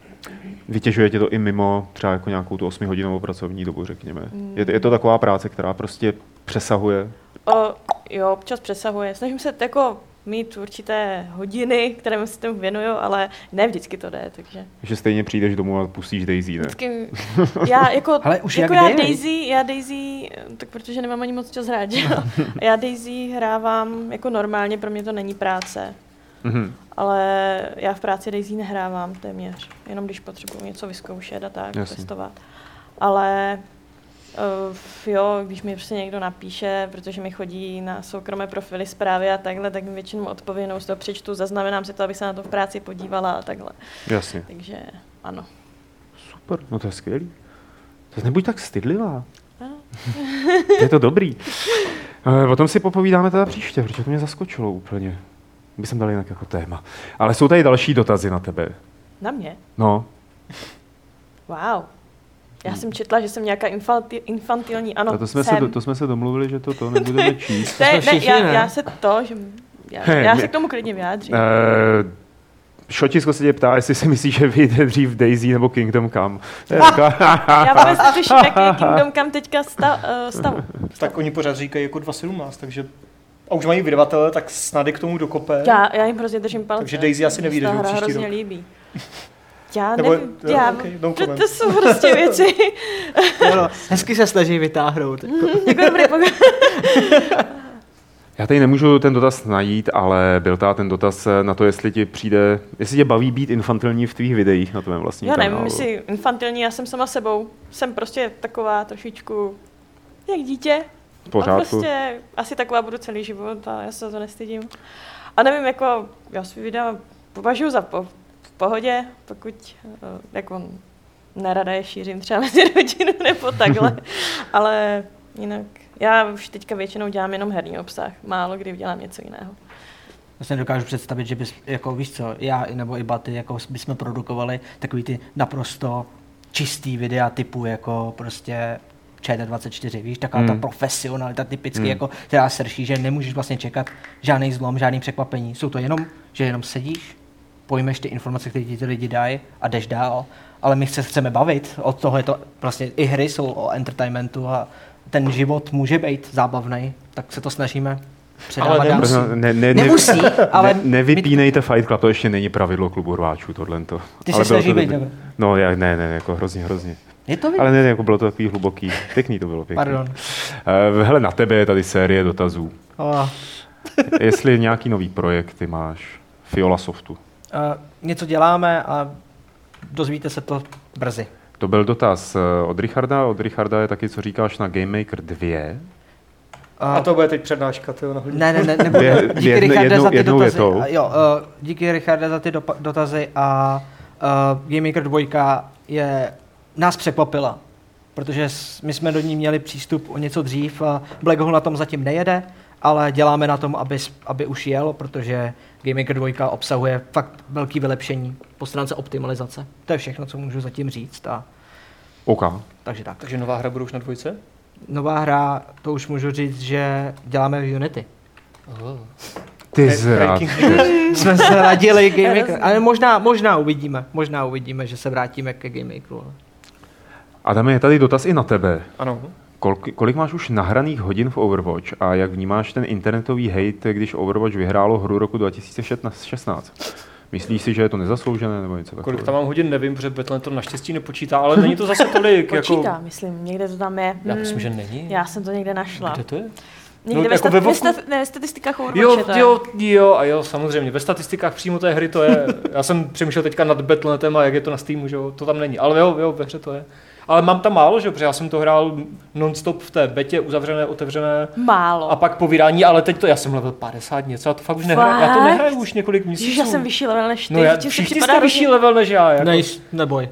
S1: Vytěžuje tě to i mimo třeba jako nějakou tu osmihodinovou pracovní dobu, řekněme. Je, je to taková práce, která prostě přesahuje.
S4: O, jo, občas přesahuje. Snažím se jako mít určité hodiny, které se tomu věnuju, ale ne vždycky to jde, takže
S1: Že stejně přijdeš domů a pustíš Daisy, ne?
S4: vždycky, já jako,
S2: Ale už
S4: jako
S2: jak
S4: já
S2: jde, viď?
S4: Daisy, já Daisy, eh, tak protože nemám ani moc čas hrát, že jo. já Daisy hrávám jako normálně, pro mě to není práce,
S1: Mhm.
S4: ale já v práci Daisy nehrávám téměř, jenom když potřebuji něco vyzkoušet a tak,
S1: Jasně.
S4: Jasně. testovat. Ale Uh, jo, když mi prostě někdo napíše, protože mi chodí na soukromé profily zprávy a takhle, tak mi většinou odpovědnou z toho přečtu, zaznamenám si to, abych se na to v práci podívala a takhle.
S1: Jasně.
S4: Takže ano.
S1: Super, no to je skvělý. To nebuď tak stydlivá.
S4: Ano.
S1: Je to dobrý. Eh, O tom si popovídáme teda příště, protože to mě zaskočilo úplně. By jsem dal jinak jako téma. Ale jsou tady další dotazy na tebe.
S4: Na mě?
S1: No,
S4: Wow. Já jsem četla, že jsem nějaká infanti- infantilní, ano,
S1: a Hmm. No to jsme,
S4: jsem.
S1: se, do- to jsme se domluvili, že to, to nebudeme číst.
S4: To je-
S2: jsme
S4: ne,
S2: všichni,
S4: já,
S2: ne?
S4: já se to, že... Já,
S1: Hej,
S4: já
S1: my-
S4: se k tomu klidně vyjádřím.
S1: Eh, Šotisko se tě ptá, jestli si myslíš, že vyjde dřív Daisy nebo Kingdom Come. To je taková-
S4: Já vůbec netuším, jaký je Kingdom Come teďka sta, eh, stav.
S3: Tak oni pořád říkají jako 2.17, takže... A už mají vydavatele, tak snad je k tomu dokope.
S4: Já, já jim hrozně držím palce.
S3: Takže Daisy asi
S4: Mně se
S3: nevyjde,
S4: ta
S3: že jo,
S4: hra
S3: příští
S4: hrozně
S3: rok.
S4: líbí. Já
S3: Nebo-
S4: nevím,
S3: jo,
S4: já,
S3: okay, no
S4: to,
S3: comment.
S4: to jsou prostě věci.
S2: Ano, hezky se snaží vytáhnout.
S4: jako dobrý pokud...
S1: Já tady nemůžu ten dotaz najít, ale byl ta ten dotaz eh, na to, jestli ti přijde, jestli tě baví být infantilní v tvých videích na tvém vlastním
S4: Já
S1: kanálu.
S4: nevím, jestli infantilní, já jsem sama sebou. Jsem prostě taková trošičku jak dítě.
S1: V pořádku.
S4: A prostě asi taková budu celý život a já se za to nestydím. A nevím, jako já svý videa považuji za po, v pohodě, pokud eh, jako nerada je šířím třeba mezi rodinu nebo takhle, ale jinak já už teďka většinou dělám jenom herní obsah, málo kdy dělám něco jiného.
S2: Já si Vlastně nedokážu představit, že bys, jako víš co, já i- nebo i Baty, jako bychom produkovali takový ty naprosto čistý videa typu jako prostě ČT24, víš, taková ta profesionalita typicky, jako, která srší, že nemůžeš vlastně čekat žádný zlom, žádný překvapení. Jsou to jenom, že jenom sedíš, pojmeš ty informace, které ti ty lidi dají a jdeš dál. Ale my se chceme bavit, od toho je to, prostě i hry jsou o entertainmentu a ten život může být zábavný, tak se to snažíme předávat dál.
S3: nemusí.
S1: Prosím, Ne, ne,
S2: Nemusí, ale
S1: ne, nevypínejte Fight Club, to ještě není pravidlo klubu rváčů, tohle. Ty
S2: Ty se snaží být, nebo?
S1: No, já, ne, ne, jako hrozně, hrozně.
S2: je to vidět.
S1: Ale ne, jako bylo to takový hluboký. Pěkný to bylo, pěkný.
S2: Pardon.
S1: Eh, Hele, na tebe je tady série dotazů.
S2: Oh.
S1: Jestli nějaký nový projekty máš, Fiola Softu.
S2: Uh, něco děláme a dozvíte se to brzy.
S1: To byl dotaz eh, od Richarda. Od Richarda je taky, co říkáš na Game Maker 2.
S2: Uh,
S3: A to bude teď přednáška, ty jo, na hodinu.
S2: Ne, ne, ne, nebudu.
S1: Dvě-
S2: díky
S1: jedno-
S2: Richarde
S1: jednou-
S2: za ty
S1: jednou
S2: dotazy.
S1: větou.
S2: A Jo, uh, díky Richarde za ty dopa- dotazy a uh, Game Maker 2 je, nás překvapila, protože s- my jsme do ní měli přístup o něco dřív. A Black Hole na tom zatím nejede, ale děláme na tom, aby, s- aby už jel, protože Game Maker 2 obsahuje fakt velký vylepšení po stránce optimalizace. To je všechno, co můžu zatím říct. A,
S1: OK.
S2: takže tak.
S3: Takže nová hra bude už na dvojce?
S2: Nová hra, to už můžu říct, že děláme v Unity.
S1: Ty
S3: Oh. Ra-
S1: zrad.
S3: ranking.
S2: jsme se radili Game Maker.
S4: Hrozně.
S2: Ale možná, možná uvidíme, možná uvidíme, že se vrátíme ke Game Makeru. ale-
S1: Adame, je tady dotaz i na tebe.
S3: Ano.
S1: Kolik, kolik máš už nahraných hodin v Overwatch a jak vnímáš ten internetový hate, když Overwatch vyhrálo hru roku 2016? Myslíš si, že je to nezasloužené nebo něco takového?
S3: Kolik tam mám hodin, nevím, protože Battle to naštěstí nepočítá, ale není to zase tolik. jako...
S4: Počítá, myslím, někde to tam je.
S3: Já
S4: Hmm,
S3: myslím, že není.
S4: Já jsem to někde našla.
S3: Kde to je?
S4: Někde
S3: No,
S4: ve,
S3: jako
S4: sta-
S3: ve
S4: ve,
S3: Vovku?
S4: sta- ne, ve statistikách
S3: Jo,
S4: Overwatche to je.
S3: jo, jo, a jo, samozřejmě. Ve statistikách přímo té hry to je. Já jsem přemýšlel teďka nad Battle.netem a jak je to na Steamu, že jo, to tam není. Ale jo, jo, ve hře to je. Ale mám tam málo, že jo, protože já jsem to hrál non-stop v té betě, uzavřené, otevřené.
S4: Málo.
S3: A pak po vydání, ale teď to, já jsem level 50 něco, a to fakt už nehraju. Já to
S4: Fakt?
S3: nehraju už několik měsíců.
S4: Ježiš, já jsem vyšší level než ty.
S3: No já,
S4: ti už to
S3: všichni
S4: připadá
S3: jste vyšší
S4: hrozně-
S3: level než já. Jako. No,
S2: Nejs, neboj.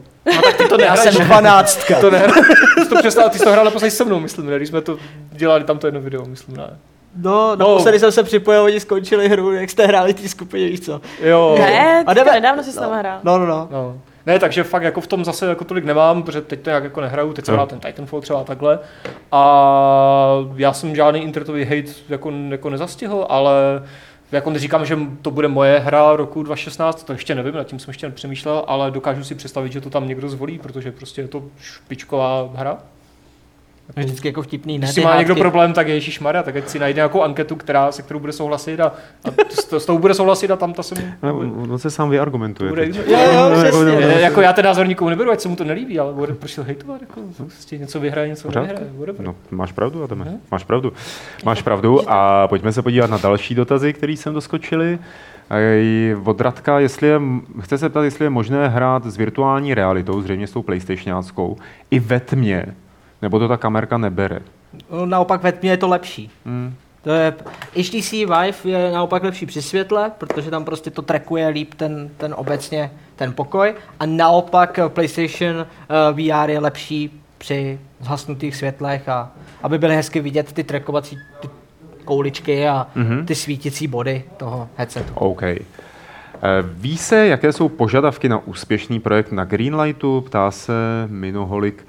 S3: ty to nehraješ.
S5: dvanáctka.
S3: To ne, jsi to přestal, ty jsi to hrál naposledy se mnou, myslím, ne? Když jsme to dělali tam to jedno video, myslím, ne.
S2: No,
S3: naposledy
S2: jsem se připojil, oni skončili hru, jak jste hráli té skupině, víš co.
S3: Jo.
S4: Ne,
S2: A
S4: a
S2: jdeme-
S4: nedávno jsi s náma hrál.
S2: No, no, no.
S3: No. Ne, takže fakt jako v tom zase jako tolik nemám, protože teď to nějak jako nehraju, teď jsem
S1: Jo.
S3: hrál ten Titanfall třeba a takhle. A já jsem žádný internetový hate jako, jako nezastihl, ale jako neříkám, že to bude moje hra roku 2016, to ještě nevím, nad tím jsem ještě nepřemýšlel, ale dokážu si představit, že to tam někdo zvolí, protože prostě je to špičková hra.
S2: Vždycky jako vtipný, ne?
S3: Když
S2: ty
S3: si má někdo
S2: hádky.
S3: problém, tak Ježíš Maria, tak ať si najde nějakou anketu, která, se kterou bude souhlasit a, a s, to, s tou bude souhlasit a tam ta se mu
S1: Ale on- on se sám vyargumentuje.
S3: bude
S1: teď.
S2: Jo, jo,
S3: Ne,
S2: přesně.
S3: ne, jako já teda názor nikomu neberu, ať se mu to nelíbí, ale bude, proč to hejtovat? Jako, prostě něco vyhraje, něco
S1: Pořádku.
S3: nevyhraje. whatever.
S1: No, máš pravdu, Adame.
S3: Ne?
S1: Máš pravdu. Máš pravdu a pojďme se podívat na další dotazy, které jsem doskočili. Ej, Od Radka, jestli je, chce se ptat, jestli je možné hrát s virtuální realitou, zřejmě s tou PlayStationáckou, i ve tmě, nebo to ta kamerka nebere.
S2: No, Naopak ve tmě je to lepší.
S1: Hmm.
S2: To je, HTC Vive je naopak lepší při světle, protože tam prostě to trackuje líp ten, ten obecně ten pokoj a naopak eh, PlayStation eh, VR je lepší při zhasnutých světlech a aby byly hezky vidět ty trackovací ty kouličky a
S1: Mhm.
S2: mm-hmm. ty svítící body toho headsetu.
S1: OK. Eh, Ví se, jaké jsou požadavky na úspěšný projekt na Greenlightu? Ptá se Minoholik.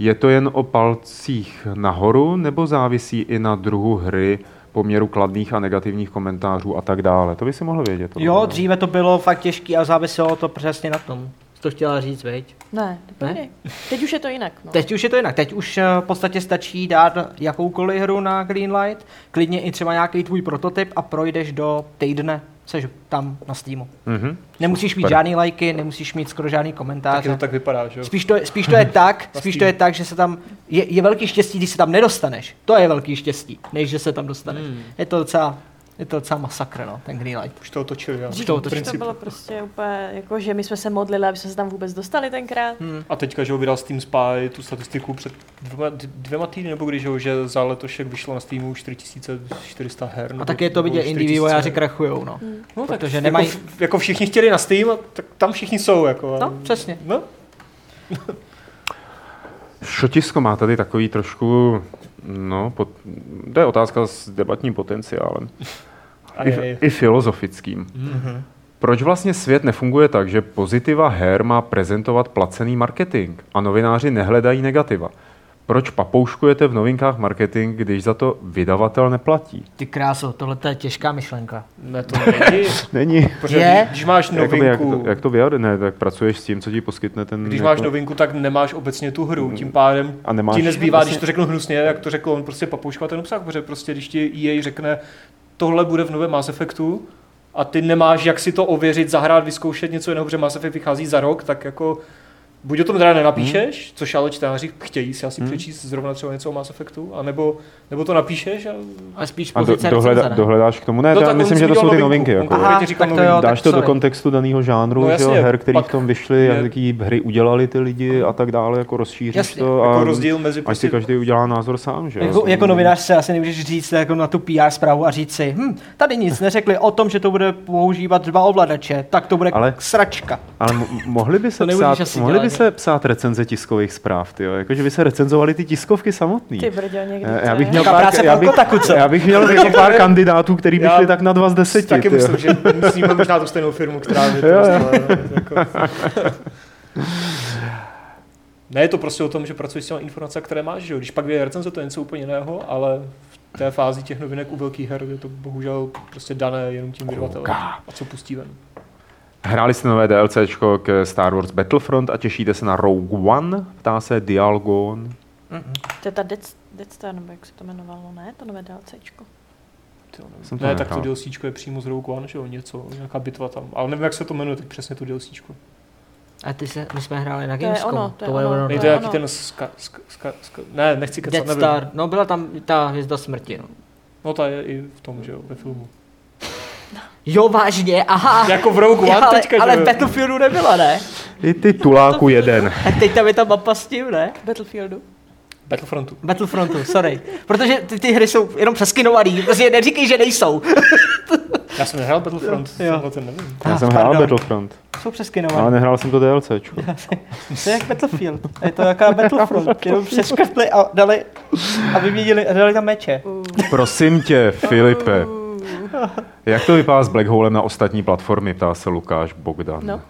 S1: Je to jen o palcích nahoru, nebo závisí i na druhu hry, poměru kladných a negativních komentářů a tak dále? To by si mohl vědět. to
S2: Jo,
S1: dobré.
S2: dříve to bylo fakt těžký a záviselo to přesně na tom. Jsi To chtěla říct, veď?
S4: Ne, ne, teď už je to jinak. No.
S2: Teď už je to jinak. Teď už eh, v podstatě stačí dát jakoukoliv hru na Greenlight, klidně i třeba nějaký tvůj prototyp a projdeš do týdne, seš tam na Steamu.
S1: Mhm.
S2: Nemusíš mít
S1: Super.
S2: žádný lajky, nemusíš mít skoro žádný
S3: Taky
S2: komentáře.
S3: to tak vypadá, že jo?
S2: Spíš to, je- spíš to je tak, spíš to je tak, že se tam je, je velký štěstí, když se tam nedostaneš. To je velký štěstí, než že se tam dostaneš.
S3: Hmm.
S2: Je to docela, je to docela masakr, no, ten Greenlight.
S3: Už to otočili, já.
S2: Dřív
S3: to
S2: to
S4: Dřív to
S3: princip.
S4: bylo prostě úplně, jako, že my jsme se modlili, aby jsme se tam vůbec dostali tenkrát.
S3: A teďka, že ho vydal Steam Spy tu statistiku před dvěma, dvěma týdny, nebo když, že jo, že za letošek vyšlo na Steamu 4400 her.
S2: A
S3: nebo-
S2: tak je to
S3: nebo
S2: vidět, indie
S3: 4000
S2: vývojáři
S3: her.
S2: krachujou, no.
S3: No, tak
S2: protože
S3: jako
S2: nemají-
S3: v- Jako, všichni chtěli na Steam, a tak tam všichni jsou, jako. a-
S2: No, přesně.
S3: No,
S1: Šotisko má tady takový trošku, no, pot, to je otázka s debatním potenciálem.
S3: a
S1: I,
S3: je, Mhm. je.
S1: f- i filozofickým. Proč vlastně svět nefunguje tak, že pozitiva her má prezentovat placený marketing a novináři nehledají negativa? Proč papouškujete v novinkách marketing, když za to vydavatel neplatí?
S5: Ty kráso, tohle je těžká myšlenka.
S3: Ne, to není.
S1: Není.
S3: Protože
S5: Je?
S3: když máš
S1: Jakoby,
S3: novinku,
S1: jak to, jak to vyjade? Ne, tak pracuješ s tím, co ti poskytne ten...
S3: Když
S1: jako... Hmm.
S3: máš novinku, tak nemáš obecně tu hru, tím pádem
S1: A nemáš-
S3: ti nezbývá,
S1: Vlastně-
S3: když to řeknu hnusně, jak to řekl on, prostě papouška ten obsah, protože prostě když ti EA řekne, tohle bude v novém Mass Effectu, a ty nemáš jak si to ověřit, zahrát, vyzkoušet něco jiného, protože Mass Effect vychází za rok, tak jako buď o tom teda nenapíšeš, což ale čtenáři chtějí si asi
S1: Hmm.
S3: přečíst zrovna třeba něco o Mass Effectu, anebo, nebo to napíšeš a
S5: Ale spíš
S1: A do,
S5: pozice
S1: dohleda,
S5: recenzora.
S1: dohledáš k tomu? Ne, no,
S3: tak on
S1: myslím,
S3: si
S1: že to
S3: udělal
S1: jsou ty
S3: novinku. No
S1: novinky.
S3: On
S1: Jako.
S3: konkrétně
S2: Aha,
S3: říkal
S2: tak to
S3: novinku.
S2: jo, tak
S1: Dáš to do
S2: sorry.
S1: kontextu daného žánru,
S3: No
S1: no,
S3: jasně,
S1: jo, her, který
S3: pak
S1: v tom vyšly,
S3: je-
S1: jaký hry udělali ty lidi a tak dále, jako rozšíříš
S2: Jasně,
S1: to a
S3: jako rozdíl mezi
S1: až si
S3: prostě
S1: každý udělá názor sám, že jo?
S2: Jako, jako novinář se asi nemůžeš říct jako na tu PR zprávu a říct si, hm, tady nic neřekli o tom, že to bude používat dva ovladače, tak to bude
S1: Ale-
S2: Ale... sračka.
S1: Ale mo- mohli by se,
S5: To nebudeš
S1: psát,
S5: asi
S1: mohli
S5: dělat,
S1: by
S5: že?
S1: se psát recenze tiskových zpráv, tyjo. Jako, že by se recenzovali ty tiskovky samotný.
S4: Ty brděl někdy.
S1: Eh,
S4: to
S1: já
S4: je.
S1: bych měl
S2: Jaká
S1: pár,
S2: práce
S1: já
S2: pro
S1: bych,
S2: Kotaku, co?
S1: já bych měl jako pár kandidátů, který by
S3: Já
S1: šli tak na dva z deseti.
S3: Taky
S1: tyjo.
S3: myslím, že musíme možná tu stejnou firmu, která je to
S1: Jo, jo.
S3: dostala, no, jako. Ne, je to prostě o tom, že pracuješ s těma informacemi, které máš, že jo? Když pak vyjde recenze, to je něco úplně jiného, ale v té fázi těch novinek u velkých her je to bohužel prostě dané jenom tím vydavatelem. A co pustí ven.
S1: Hráli jste nové DLCčko k Star Wars Battlefront a těšíte se na Rogue One? Ptá se Dialgon.
S5: Mhm.
S4: To je ta Death, Death Star, nebo jak se to jmenovalo, ne? To nové DLCčko.
S3: Ty jo,
S1: Jsem to
S3: Ne, tak to
S1: nehrál.
S3: DLCčko je přímo z Rogue One, že jo? Něco, nějaká bitva tam. Ale nevím, jak se to jmenuje, tak přesně to DLCčko.
S5: A ty se, my jsme hráli na
S4: To je
S5: Gamescom.
S4: ono, to je
S5: bylo
S4: ono.
S5: jenom-
S3: Je
S4: No,
S3: to jaký
S4: ano.
S3: ten ska, ska, ska, ska, ne, nechci kecat,
S5: Death
S3: nevím.
S5: Star, no byla tam ta hvězda smrti. No.
S3: No ta je i v tom, že jo, ve filmu.
S5: Jo, vážně, aha.
S3: Jako v Rogue
S5: Jo,
S3: One
S5: ale,
S3: teďka, že
S5: ale
S3: jo?
S5: v Battlefieldu nebyla, ne?
S1: I ty tuláku jeden.
S5: A teď tam je ta mapa s tím, ne?
S4: Battlefieldu.
S3: Battlefrontu.
S5: Battlefrontu, sorry. Protože ty, ty hry jsou jenom přeskinovaný, prostě neříkej, že nejsou.
S3: Já jsem nehrál Battlefront,
S2: Jo.
S3: tenhle ten nevím.
S1: Já
S2: Ah,
S1: jsem hrál
S2: pardon.
S1: Battlefront,
S2: Jsou
S1: ale
S2: přeskinované.
S1: nehrál jsem to DLCčko.
S2: To je jak Battlefield. Je to jaká Battlefront. Jenom přeškrtli a dali a vyměnili a dali tam meče.
S1: Prosím tě, Filipe.
S4: Uh,
S1: Jak to vypadá s Black Holem na ostatní platformy, ptá se Lukáš Bogdan.
S4: No.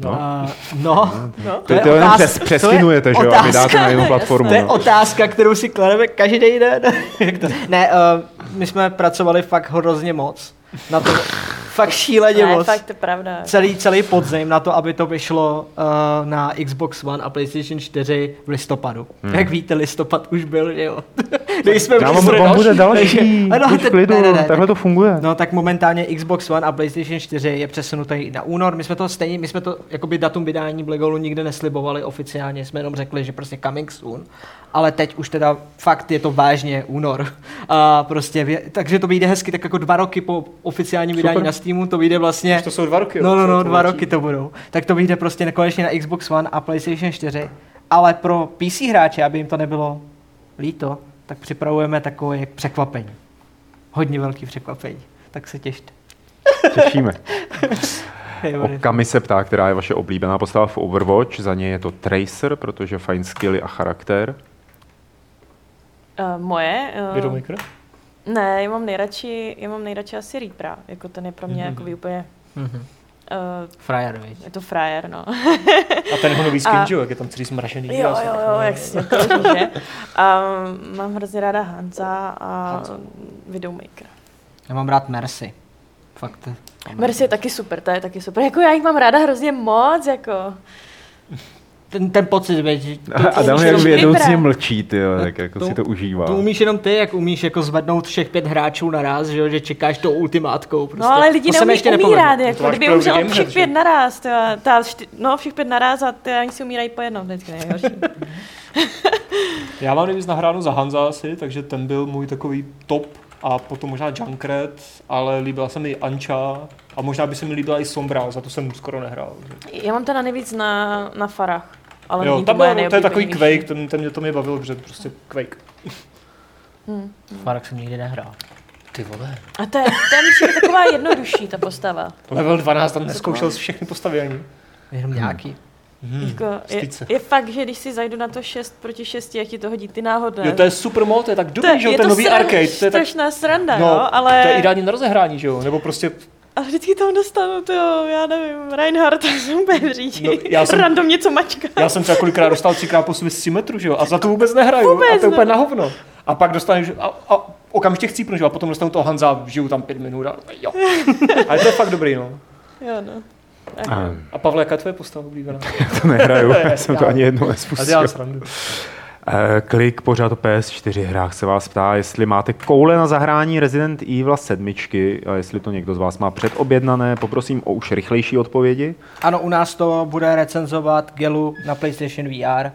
S3: No.
S5: A, no,
S4: No.
S1: To,
S5: je
S1: to jenom
S5: otázka-
S1: přes, přeskinujete,
S5: to
S1: že
S5: je
S1: jo, a vydáte na jinou platformu.
S5: to je
S1: no.
S5: otázka, kterou si klademe každý den. Jak to-
S2: Ne, uh, my jsme pracovali fakt hrozně moc. Na to fakt šíleně
S4: Ne,
S2: moc.
S4: fakt, to je pravda.
S2: Celý, celý podzim na to, aby to vyšlo uh, na Xbox One a PlayStation 4 v listopadu.
S1: Hmm.
S2: Hmm. Jak víte, listopad už byl, že jo. Nejsme v
S1: Já
S2: listopadu.
S1: mám, on bude další,
S2: Ano,
S1: buď v
S2: ten-
S1: klidu,
S2: ne, ne, ne,
S1: takhle to funguje.
S2: No tak momentálně Xbox One a PlayStation 4 je přesunutý na únor. My jsme to stejně, my jsme to jakoby datum vydání Black Hole nikde neslibovali oficiálně, jsme jenom řekli, že prostě coming soon. Ale teď už teda fakt je to vážně únor. A prostě, vě- takže to vyjde hezky, tak jako dva roky po oficiálním
S3: Super.
S2: vydání na Steamu, to vyjde vlastně...
S3: Už to jsou dva roky. jo,
S2: No, no,
S3: co
S2: no,
S3: to
S2: dva
S3: letí.
S2: roky to budou. Tak to vyjde prostě nekonečně na Xbox One a PlayStation 4. Ale pro PC hráče, aby jim to nebylo líto, tak připravujeme takové překvapení. Hodně velký překvapení. Tak se těšte.
S1: Těšíme.
S2: Hej, Boris.
S1: Okami se ptá, která je vaše oblíbená postava v Overwatch. Za ně je to Tracer, protože fajn skilly a charakter.
S4: Uh, moje? Uh,
S3: Widowmaker?
S4: ne, já mám nejradši, já mám nejradši asi Reapera. Jako ten je pro mě
S3: Mhm.
S4: jako úplně...
S5: Mhm.
S4: Uh,
S5: Frajer, víš.
S4: je to frajer, no.
S3: A ten jeho nový skin,
S4: A-
S3: že jo, jak je tam celý zmražený. no.
S4: Jo,
S3: já jsem-
S4: jo, jo, jak si to že? Um, mám hrozně ráda Hanza a
S3: Hanza.
S4: Widowmaker.
S5: Já mám rád Mercy. Fakt.
S2: eh,
S4: Mercy je taky super, ta je taky super. Jako já jich mám ráda hrozně moc, jako.
S5: Ten, ten pocit, víš,
S1: A, a
S4: umíš
S1: Daniel
S4: jenom
S1: jak vědoucně
S4: vybrat.
S1: mlčí, ty, tak jako
S5: To-
S1: si to užívá.
S5: To umíš jenom ty, jak umíš jako zvednout všech pět hráčů naraz, že, jo, že čekáš tou ultimátkou. Prostě.
S4: No ale lidi
S5: To se mi
S4: neumí
S5: ještě nepovedlo.
S4: umírat,
S3: To
S4: jako.
S3: máš
S4: Kdyby
S3: pravdu,
S4: umřel
S3: gamer,
S4: všech
S3: že?
S4: pět naraz, ta, ta, šty- no všech pět naraz a ty ani si umírají po jednom, vždycky nejhorší.
S3: Já mám nejvíc nahráno za Hanza asi, takže ten byl můj takový top a potom možná Junkrat, ale líbila se mi Anča a možná by se mi líbila i Sombra, za to jsem skoro nehrál. že?
S4: Já mám teda nejvíc na, na Farah. Ale
S3: jo,
S4: není
S3: tam
S4: to, moje
S3: byl, to je takový
S4: nejoblíbenější.
S3: Quake, ten, ten mě to mě bavil, protože prostě Quake.
S4: Hm.
S5: Farak jsem nikdy nehrál.
S3: Ty vole.
S4: A to je, to je mi přijde taková jednodušší, ta postava.
S3: Level 12 tam neskoušel všechny postavy ani.
S5: Jenom nějaký.
S3: Hmm.
S4: Jako, je,
S3: styď se.
S4: je, fakt, že když si zajdu na to 6 proti 6, jak ti to hodí ty náhodné.
S3: Jo, to je super mod, to je
S4: To
S3: tak
S4: je-
S3: dobrý, že jo,
S4: je
S3: ten
S4: to
S3: nový
S4: sran-
S3: arcade, to je tak
S4: strašná sranda,
S3: No,
S4: jo, ale...
S3: to je ideální na rozehrání, že jo? Nebo prostě
S4: A vždycky tam dostanu, to já nevím, Reinhardt, jsem úplně v říči.
S3: No, já jsem-
S4: Random něco mačka.
S3: Já jsem třeba kolikrát dostal třikrát po sobě z 3 metrů, že jo? A za to vůbec nehraju.
S4: Vůbec
S3: a to je
S4: ne.
S3: úplně na hovno. A pak dostaneš, a, a okamžitě chcípnu, že jo? A potom dostanu toho Hanza, žiju tam pět minut a jo. Ale to je fakt dobrý, no.
S4: Jo, no.
S1: A,
S3: A Pavle, jaká je tvoje postava oblíbená?
S1: to nehraju, já jsem to
S3: Já-
S1: ani jednou
S3: A dělám
S1: nespustil.
S3: srandu.
S1: Eh, Klik pořád o PS4 hrách se vás ptá, jestli máte koule na zahrání Resident Evil 7 a jestli to někdo z vás má předobjednané, poprosím o už rychlejší odpovědi.
S2: Ano, u nás to bude recenzovat Gelu na PlayStation VR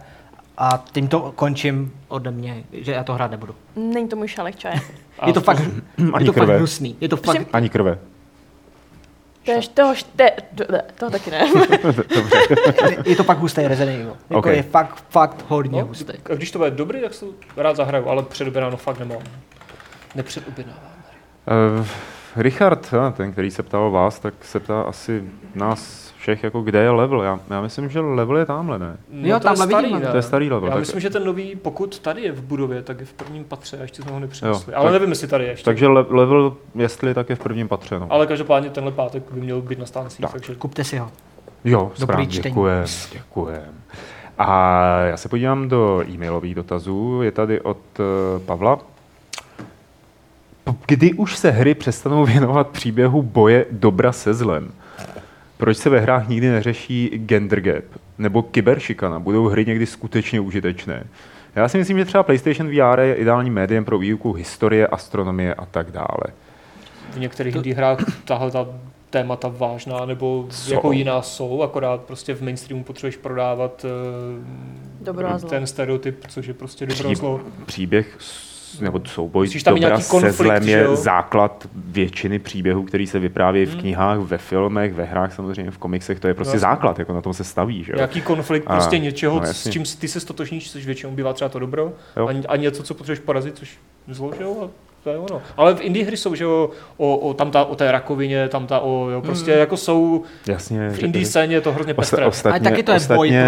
S2: a tím to končím ode mě, že já to hrát nebudu.
S4: Není to můj šalek čaje.
S3: A
S2: Je to fakt, hm, je
S1: Ani
S2: to fakt
S1: krve.
S2: hnusný. Je to fakt,
S4: Při-
S1: Ani krve.
S4: To je toho, šte, d- ne, toho taky ne.
S2: je to fakt hustý Resident Evil. Jako
S1: Okay.
S2: Je fakt, fakt hodně
S3: No,
S2: hustý.
S3: a když to bude dobrý, tak si to rád zahraju, ale předobjednáno fakt nemám. Nepředobjednávám.
S1: Eh, Richard, eh, ten, který se ptal vás, tak se ptá asi nás všech, jako kde je level. Já, já myslím, že level je tamhle, ne?
S3: No,
S5: Jo,
S3: to je
S5: tamhle
S3: starý,
S5: vidím,
S3: ne?
S1: To je starý level,
S3: Já
S1: tak-
S3: myslím, že ten nový, pokud tady je v budově, tak je v prvním patře, a ještě jsme ho nepřinesli.
S1: Jo,
S3: Ale
S1: tak-
S3: nevím, jestli tady je ještě.
S1: Takže le- level, jestli tak je v prvním patře. No.
S3: Ale každopádně tenhle pátek by měl být na stáncích,
S1: Tak.
S3: takže
S2: Kupte si ho.
S1: Jo, správně,
S2: čtení.
S1: děkujem, děkujem. A já se podívám do e-mailových dotazů. Je tady od eh, Pavla. P- Kdy už se hry přestanou věnovat příběhu boje dobra se zlem? Proč se ve hrách nikdy neřeší gender gap nebo kyberšikana? Budou hry někdy skutečně užitečné? Já si myslím, že třeba PlayStation VR je ideálním médiem pro výuku historie, astronomie a tak dále.
S3: v některých indie hrách tahle ta témata vážná nebo
S1: Jsou.
S3: jako jiná jsou, akorát prostě v mainstreamu potřebuješ prodávat eh,
S4: Dobro a zlo.
S3: ten stereotyp, což je prostě dobro a
S1: Příb-
S3: zlo.
S1: příběh s- nebo souboj
S3: Musíš tam mít
S1: dobra
S3: nějaký
S1: se
S3: konflikt,
S1: zlem
S3: že
S1: je
S3: jo? Hmm.
S1: základ většiny příběhů, který se vypráví v knihách, ve filmech, ve hrách samozřejmě, v komiksech, to je prostě
S3: No.
S1: základ, jako na tom se staví, že jo?
S3: Nějaký konflikt
S1: A,
S3: prostě něčeho,
S1: no
S3: no, s
S1: jasně.
S3: čím ty se stotožníš, což většinou bývá třeba to dobro,
S1: Jo.
S3: a, a něco, co potřebuješ porazit, což zlo, že jo? A to je ono. Ale v indie hry jsou, že jo, o, o, tam ta, o té rakovině, tam ta o, jo, prostě jako jsou,
S1: Jasně.
S3: v
S1: řekl
S3: indie
S1: bych.
S3: scéně je to hrozně
S1: Osta-
S3: pestré.
S1: ostatně,
S2: Ale taky to je boj
S1: ostatně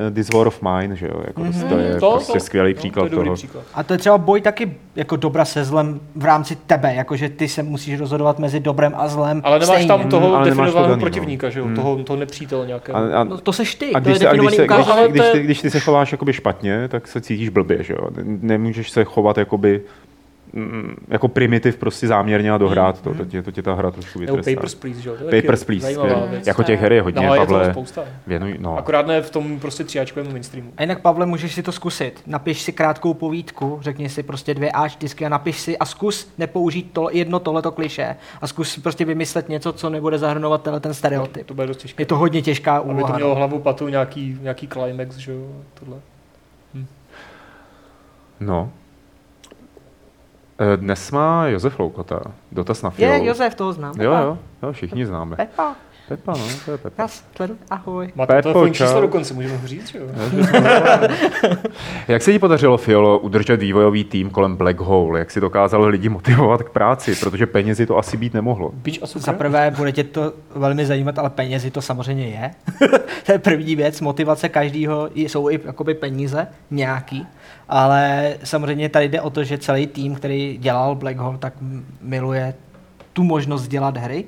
S2: proti-
S1: This War of Mine, že jo? Jako mm-hmm. To je
S3: To-
S1: prostě
S3: to-
S1: skvělý
S3: no,
S1: příklad
S3: to je dobrý
S1: toho.
S3: příklad.
S2: A to je třeba boj taky jako dobra se zlem v rámci tebe, jakože ty se musíš rozhodovat mezi dobrem a zlem
S3: Ale nemáš
S2: stejně.
S3: tam toho
S1: ale nemáš to
S3: definovaného
S1: daný, no.
S3: protivníka, že jo? Toho, toho nepřítele nějakého.
S1: A, a,
S5: No, to seš ty,
S1: a
S5: to je
S1: když, se, a když,
S5: definovaný
S1: se,
S5: ukáž.
S1: když,
S3: ukáž- ale to
S1: když,
S3: je-
S1: ty, když ty se chováš jakoby špatně, tak se cítíš blbě, že jo? Nemůžeš se chovat jakoby mm, jako primitiv prostě záměrně a dohrát to, to tě, to tě ta hra trošku
S3: Mhm. Nebo
S1: vytrestá.
S3: Papers, Please, že jo? To je taky
S1: Papers, Please.
S3: Zajímavá
S1: je-
S3: věc.
S1: Jako těch her je hodně,
S3: No, je toho
S1: Pavle.
S3: spousta.
S1: Věnuj, no.
S3: Akorát ne v tom prostě tříáčkovém mainstreamu.
S2: A jinak, Pavle, můžeš si to zkusit. Napiš si krátkou povídku, řekni si prostě dvě a čtyřky a napiš si a zkus nepoužít to, jedno tohleto kliše a zkus si prostě vymyslet něco, co nebude zahrnovat tenhle ten stereotyp.
S3: To bude dost těžké.
S2: Je to hodně těžká
S3: Aby to
S2: úloha. no.
S3: mělo hlavu patu, nějaký, nějaký climax, že jo? Tohle.
S1: No. E, Dnes má Josef Loukota dotaz na Fiolu.
S2: Je, Josef, toho znám.
S1: Jo, jo, jo, všichni známe.
S2: Pepa,
S1: Pepa, no, to je Pepa.
S2: nás sleduj, ahoj.
S3: Má to
S1: Pepo,
S3: telefonní
S1: čau.
S3: číslo dokonce, můžeme ho říct, že jo?
S1: Jak se ti podařilo, Fiolo, udržet vývojový tým kolem Black Hole? Jak si dokázal lidi motivovat k práci? Protože penězi to asi být nemohlo.
S3: Bič a
S2: Za
S3: cukr.
S2: prvé, bude tě to velmi zajímat, ale penězi to samozřejmě je. to je první věc, motivace každého jsou i jakoby peníze nějaký, ale samozřejmě tady jde o to, že celý tým, který dělal Black Hole, tak m- miluje tu možnost dělat hry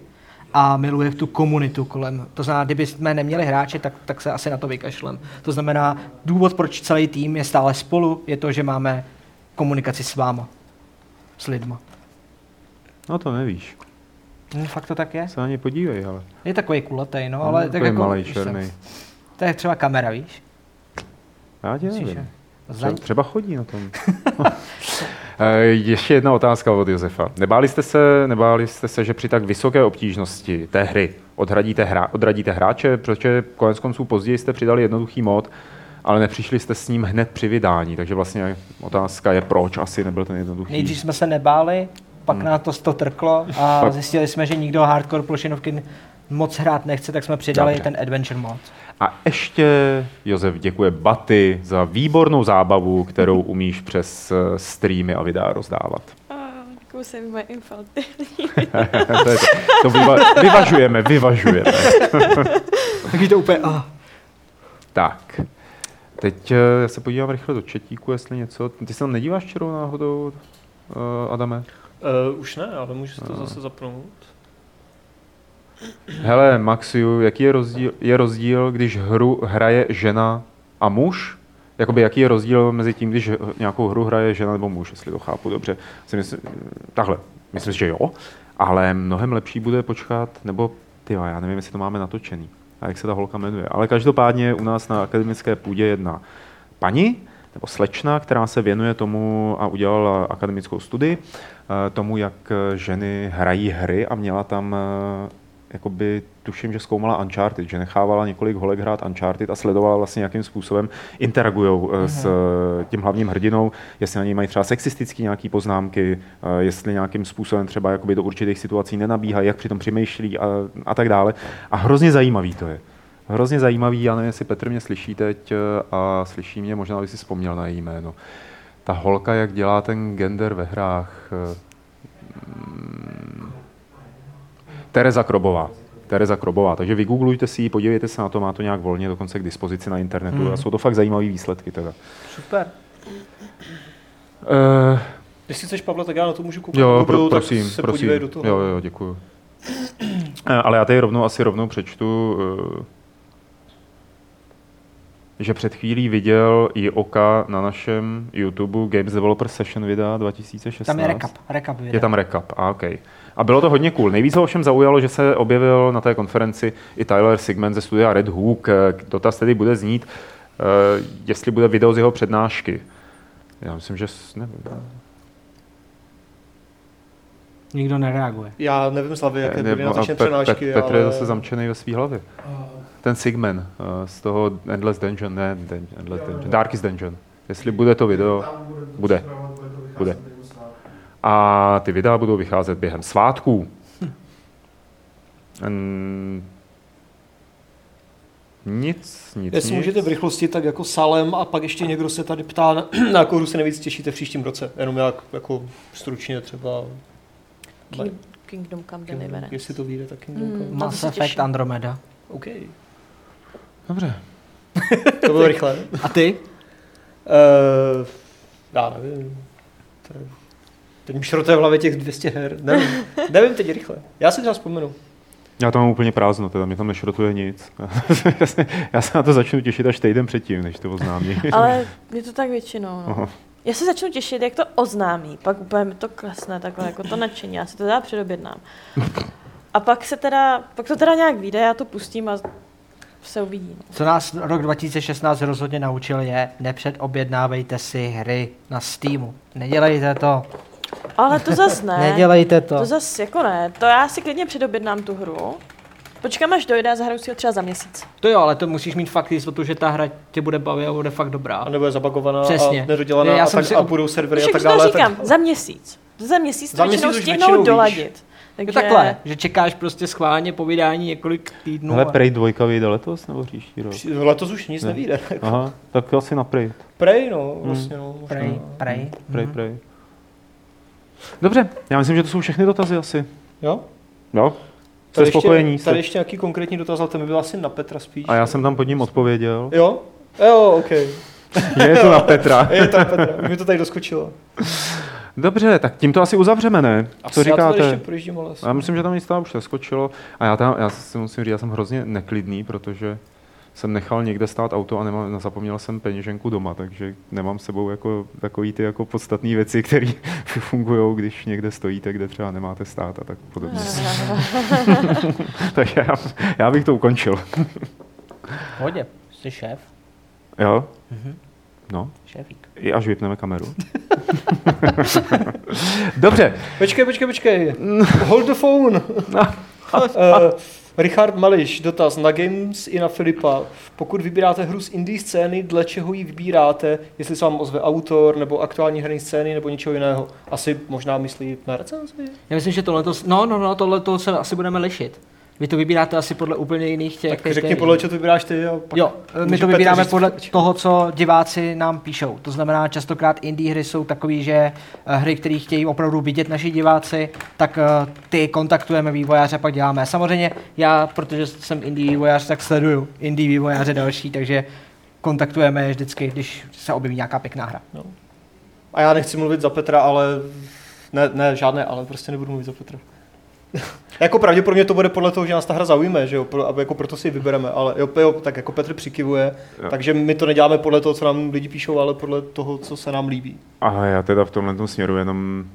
S2: a miluje tu komunitu kolem. To znamená, kdyby jsme neměli hráče, tak, tak se asi na to vykašlem. To znamená, důvod, proč celý tým je stále spolu, je to, že máme komunikaci s váma, s lidma.
S1: No to nevíš.
S2: Hm, fakt to tak je?
S1: Se na ně podívej, ale.
S2: Je takový kulatý, no, ale tak
S1: takový
S2: jako...
S1: malej
S2: víš co,
S1: černý.
S2: To je třeba kamera, víš?
S1: Já tě
S2: Slyšel.
S1: nevím.
S2: Zlaň.
S1: Třeba, třeba chodí na tom. E, Ještě jedna otázka od Josefa. Nebáli jste, se, nebáli jste se, že při tak vysoké obtížnosti té hry odradíte, hra, odradíte hráče, protože konec konců později jste přidali jednoduchý mod, ale nepřišli jste s ním hned při vydání, takže vlastně otázka je, proč asi nebyl ten jednoduchý.
S2: Nejdřív jsme se nebáli, pak hmm. nás to, to trklo a
S1: Pak-
S2: zjistili jsme, že nikdo hardcore plošinovky moc hrát nechce, tak jsme přidali
S1: Dobře.
S2: Dobře. ten adventure mod.
S1: A ještě Josef děkuje Baty za výbornou zábavu, kterou umíš přes eh, streamy a videa rozdávat.
S4: Děkuji se mi moje infanty.
S1: to, je to. to vyva- vyvažujeme, vyvažujeme.
S2: Taky to úplně... Ah.
S1: Tak. Teď eh, já se podívám rychle do četíku, jestli něco... Ty se tam nedíváš čerou náhodou, eh, Adame? No.
S3: Uh, už ne, ale můžu si to zase zapnout.
S1: Hele, Maxiu, jaký je rozdíl, je rozdíl, když hru hraje žena a muž? Jakoby jaký je rozdíl mezi tím, když eh, nějakou hru hraje žena nebo muž, jestli to chápu dobře. Si myslím, takhle, myslím, že jo, ale mnohem lepší bude počkat, nebo ty, já nevím, jestli to máme natočený a jak se ta holka jmenuje. Ale každopádně u nás na akademické půdě jedna paní, nebo slečna, která se věnuje tomu a udělala akademickou studii, eh, tomu, jak eh, ženy hrají hry a měla tam eh, jakoby tuším, že zkoumala Uncharted, že nechávala několik holek hrát Uncharted a sledovala vlastně, jakým způsobem interagují s eh, tím hlavním hrdinou, jestli na něj mají třeba sexistické nějaké poznámky, eh, jestli nějakým způsobem třeba jakoby do určitých situací nenabíhají, jak přitom přemýšlí a, a tak dále. A hrozně zajímavý to je. Hrozně zajímavý, já nevím, jestli Petr mě slyší teď eh, a slyší mě, možná by si vzpomněl na její jméno. Ta holka, jak dělá ten gender ve hrách, eh, Tereza Krobová. Tereza Krobová. Takže vygooglujte si ji, podívejte se na to, má to nějak volně dokonce k dispozici na internetu mm. a jsou to fakt zajímavé výsledky teda.
S2: Super.
S1: Uh,
S3: Když si chceš, Pavla, tak já na to můžu koupit.
S1: jo, pro,
S3: Google,
S1: prosím,
S3: tak se
S1: prosím.
S3: podívej do toho.
S1: Jo, jo, děkuju. Eh, Ale já tady rovnou asi rovnou přečtu, eh, že před chvílí viděl i oka na našem YouTube Games Developer Session videa 2016.
S2: Tam je recap. recap videa.
S1: Je tam recap, a OK. A bylo to hodně cool. Nejvíc ho ovšem zaujalo, že se objevil na té konferenci i Tyler Sigmund ze studia Red Hook. Eh, Dotaz tedy bude znít, eh, jestli bude video z jeho přednášky. Já myslím, že s- nevím.
S5: Nikdo nereaguje.
S3: Já nevím, Slavy, jaké byly
S1: Nebo- a
S3: natočené
S1: Pe- Pe-
S3: přenášky,
S1: Petr
S3: ale...
S1: je zase zamčený ve svý hlavě. Ten Sigman eh, z toho Endless Dungeon, ne Den- Endless Dungeon, Darkest Dungeon. Jestli bude to video, bude. Bude. A ty videa budou vycházet během svátků. Hm. Nic, nic,
S3: Jestli
S1: nic.
S3: můžete v rychlosti, tak jako salem a pak ještě někdo se tady ptá, na, na jakou hru se nejvíc těšíte v příštím roce. Jenom jak jako stručně třeba,
S4: King, Kingdom Come Deliverance.
S3: jestli to vyjde, tak někdo.
S5: Hmm.
S3: jako-
S4: Mm, na to
S2: Mass
S4: se
S2: Effect
S4: těším.
S2: Andromeda.
S3: OK.
S1: Dobře.
S3: To bylo rychle.
S2: A ty?
S3: Uh, já nevím. To je- Teď mi šroté v hlavě těch 200 her. Nevím, nevím teď rychle. Já si třeba vzpomenu.
S1: Já tam mám úplně prázdno, teda mě tam nešrotuje nic. já, se, já se na to začnu těšit až týden předtím, než to oznámí.
S4: Ale je to tak většinou. No.
S1: Aha.
S4: Já se začnu těšit, jak to oznámí, pak úplně mi to klesne takhle, jako to nadšení, já si to teda předobědnám. A pak se teda, pak to teda nějak vyjde, já to pustím a se uvidí. no.
S2: Co nás rok 2016 rozhodně naučil je, nepředobjednávejte si hry na Steamu. Nedělejte to.
S4: Ale to zas ne.
S2: Nedělejte to.
S4: To zas jako ne, to já si klidně předobědnám tu hru. Počkám, až dojde a zahraju si ho třeba za měsíc.
S5: To jo, ale to musíš mít fakt jistotu, že ta hra tě bude bavit a bude fakt dobrá.
S3: A nebo je zabagovaná
S5: Přesně.
S3: a nedodělaná
S5: Já
S3: a,
S5: jsem
S3: tak,
S5: si-
S3: a budou servery a
S4: Však
S3: tak
S4: jako to
S3: dále.
S4: říkám,
S3: tak...
S4: za měsíc. Za měsíc
S3: Za
S4: to
S3: měsíc
S4: většinou
S3: už
S4: stihnou
S3: většinou
S4: doladit.
S5: Je
S4: Takže
S5: takhle, že čekáš prostě schválně po vydání několik týdnů.
S1: Hele,
S5: a-
S1: Prej dvojka vyjde letos nebo příští rok?
S3: Při- Letos už nic
S1: Ne.
S3: nevíde.
S1: Aha, tak asi na Prej.
S3: Prej, no, vlastně, no, možná.
S2: Prej, prej.
S1: Prej, Mhm.
S3: Mhm.
S1: prej. Dobře, já myslím, že to jsou všechny dotazy asi.
S3: Jo?
S1: Jo? Jste
S3: Tady ještě-
S1: spokojení?
S3: Tady
S1: Jste...
S3: ještě nějaký konkrétní dotaz, ale ten by byl asi na Petra spíš.
S1: A já jsem tam pod ním odpověděl.
S3: Jo? Jo, OK.
S1: Je to na Petra.
S3: Je tam Petra, už mi to tady doskočilo.
S1: Dobře, tak tím to asi uzavřeme, ne?
S3: Asi
S1: Co
S3: Já to tady
S1: říkáte?
S3: ještě projíždím, ale asi.
S1: Já myslím, že tam nic tam už neskočilo. A já, tam, já si musím říct, já jsem hrozně neklidný, protože jsem nechal někde stát auto a nemám, zapomněl jsem peněženku doma, takže nemám s sebou jako takový ty jako podstatné věci, které fungují, když někde stojíte, kde třeba nemáte stát a tak podobně.
S4: Hmm.
S1: takže já, já bych to ukončil.
S5: Hodě, jsi šéf,
S1: Jo? No,
S5: šéfík.
S1: i až vypneme kameru. Dobře,
S3: Počkej, počkej, počkej.
S1: No.
S3: Hold the phone. Eh, Richard Mališ, dotaz na Games i na Filipa. Pokud vybíráte hru z indie scény, dle čeho ji vybíráte? Jestli se vám ozve autor, nebo aktuální herní scény, nebo něčeho jiného? Asi možná myslí na recenzi?
S5: Já myslím, že tohle to, no, no, no, tohle to se asi budeme lišit. Vy to vybíráte asi podle úplně jiných těch.
S3: Tak
S5: těch-
S3: řekni,
S5: těch-
S3: podle čeho to vybíráš ty a pak
S2: Jo, my
S3: může
S2: to
S3: Petr
S2: vybíráme
S3: říct,
S2: podle
S3: proč.
S2: toho, co diváci nám píšou. To znamená, častokrát indie hry jsou takové, že eh, hry, které chtějí opravdu vidět naši diváci, tak eh, ty kontaktujeme vývojáře a pak děláme. Samozřejmě já, protože jsem indie vývojář, tak sleduju indie vývojáře další, takže kontaktujeme je vždycky, když se objeví nějaká pěkná hra.
S3: A já nechci mluvit za Petra, ale... Ne, ne, žádné, ale prostě nebudu mluvit za Petra. Jako pravděpodobně to bude podle toho, že nás ta hra zaujme, že jo, pro, aby jako proto si ji vybereme, ale jo, jo, tak jako Petr přikivuje,
S1: Jo.
S3: jo. takže my to neděláme podle toho, co nám lidi píšou, ale podle toho, co se nám líbí.
S1: A já teda v tomhle směru jenom mm,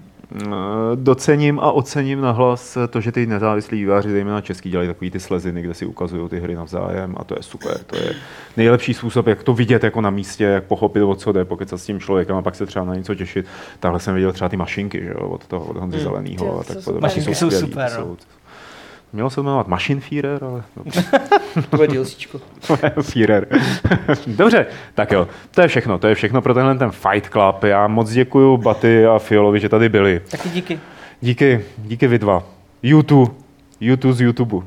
S1: docením a ocením nahlas to, že ty nezávislí výváři, zejména český, dělají takový ty sleziny, kde si ukazují ty hry navzájem a to je super. To je nejlepší způsob, jak to vidět jako na místě, jak pochopit, o co jde, pokecat s tím člověkem a pak se třeba na něco těšit. Takhle jsem viděl třeba ty mašinky, že jo, od toho, od Honzy Zelenýho
S4: ty,
S1: a tak
S4: Hmm. to jsou
S1: podobně.
S2: Mašinky
S1: Ty
S2: jsou
S1: skvělý,
S2: super,
S1: ty
S2: no.
S1: Mělo se to jmenovat Maschinenführer, ale
S3: To bude DLCčko.
S1: Führer. Dobře, tak jo, to je všechno, to je všechno pro tenhle ten Fight Club. Já moc děkuju Baty a Fiolovi, že tady byli.
S2: Taky díky.
S1: Díky, díky vy dva. YouTube, YouTube z YouTube.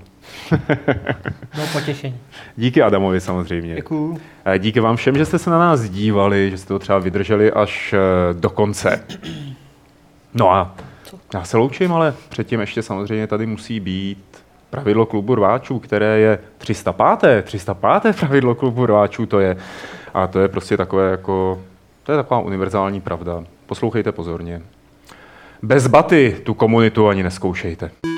S5: No potěšení.
S1: Díky Adamovi samozřejmě.
S3: Děkuju.
S1: Eh, Díky vám všem, že jste se na nás dívali, že jste to třeba vydrželi až eh, do konce. No a já se loučím, ale předtím ještě samozřejmě tady musí být pravidlo klubu rváčů, které je 305. 305. pravidlo klubu rváčů to je. A to je prostě takové jako, to je taková univerzální pravda. Poslouchejte pozorně. Bez baty tu komunitu ani neskoušejte.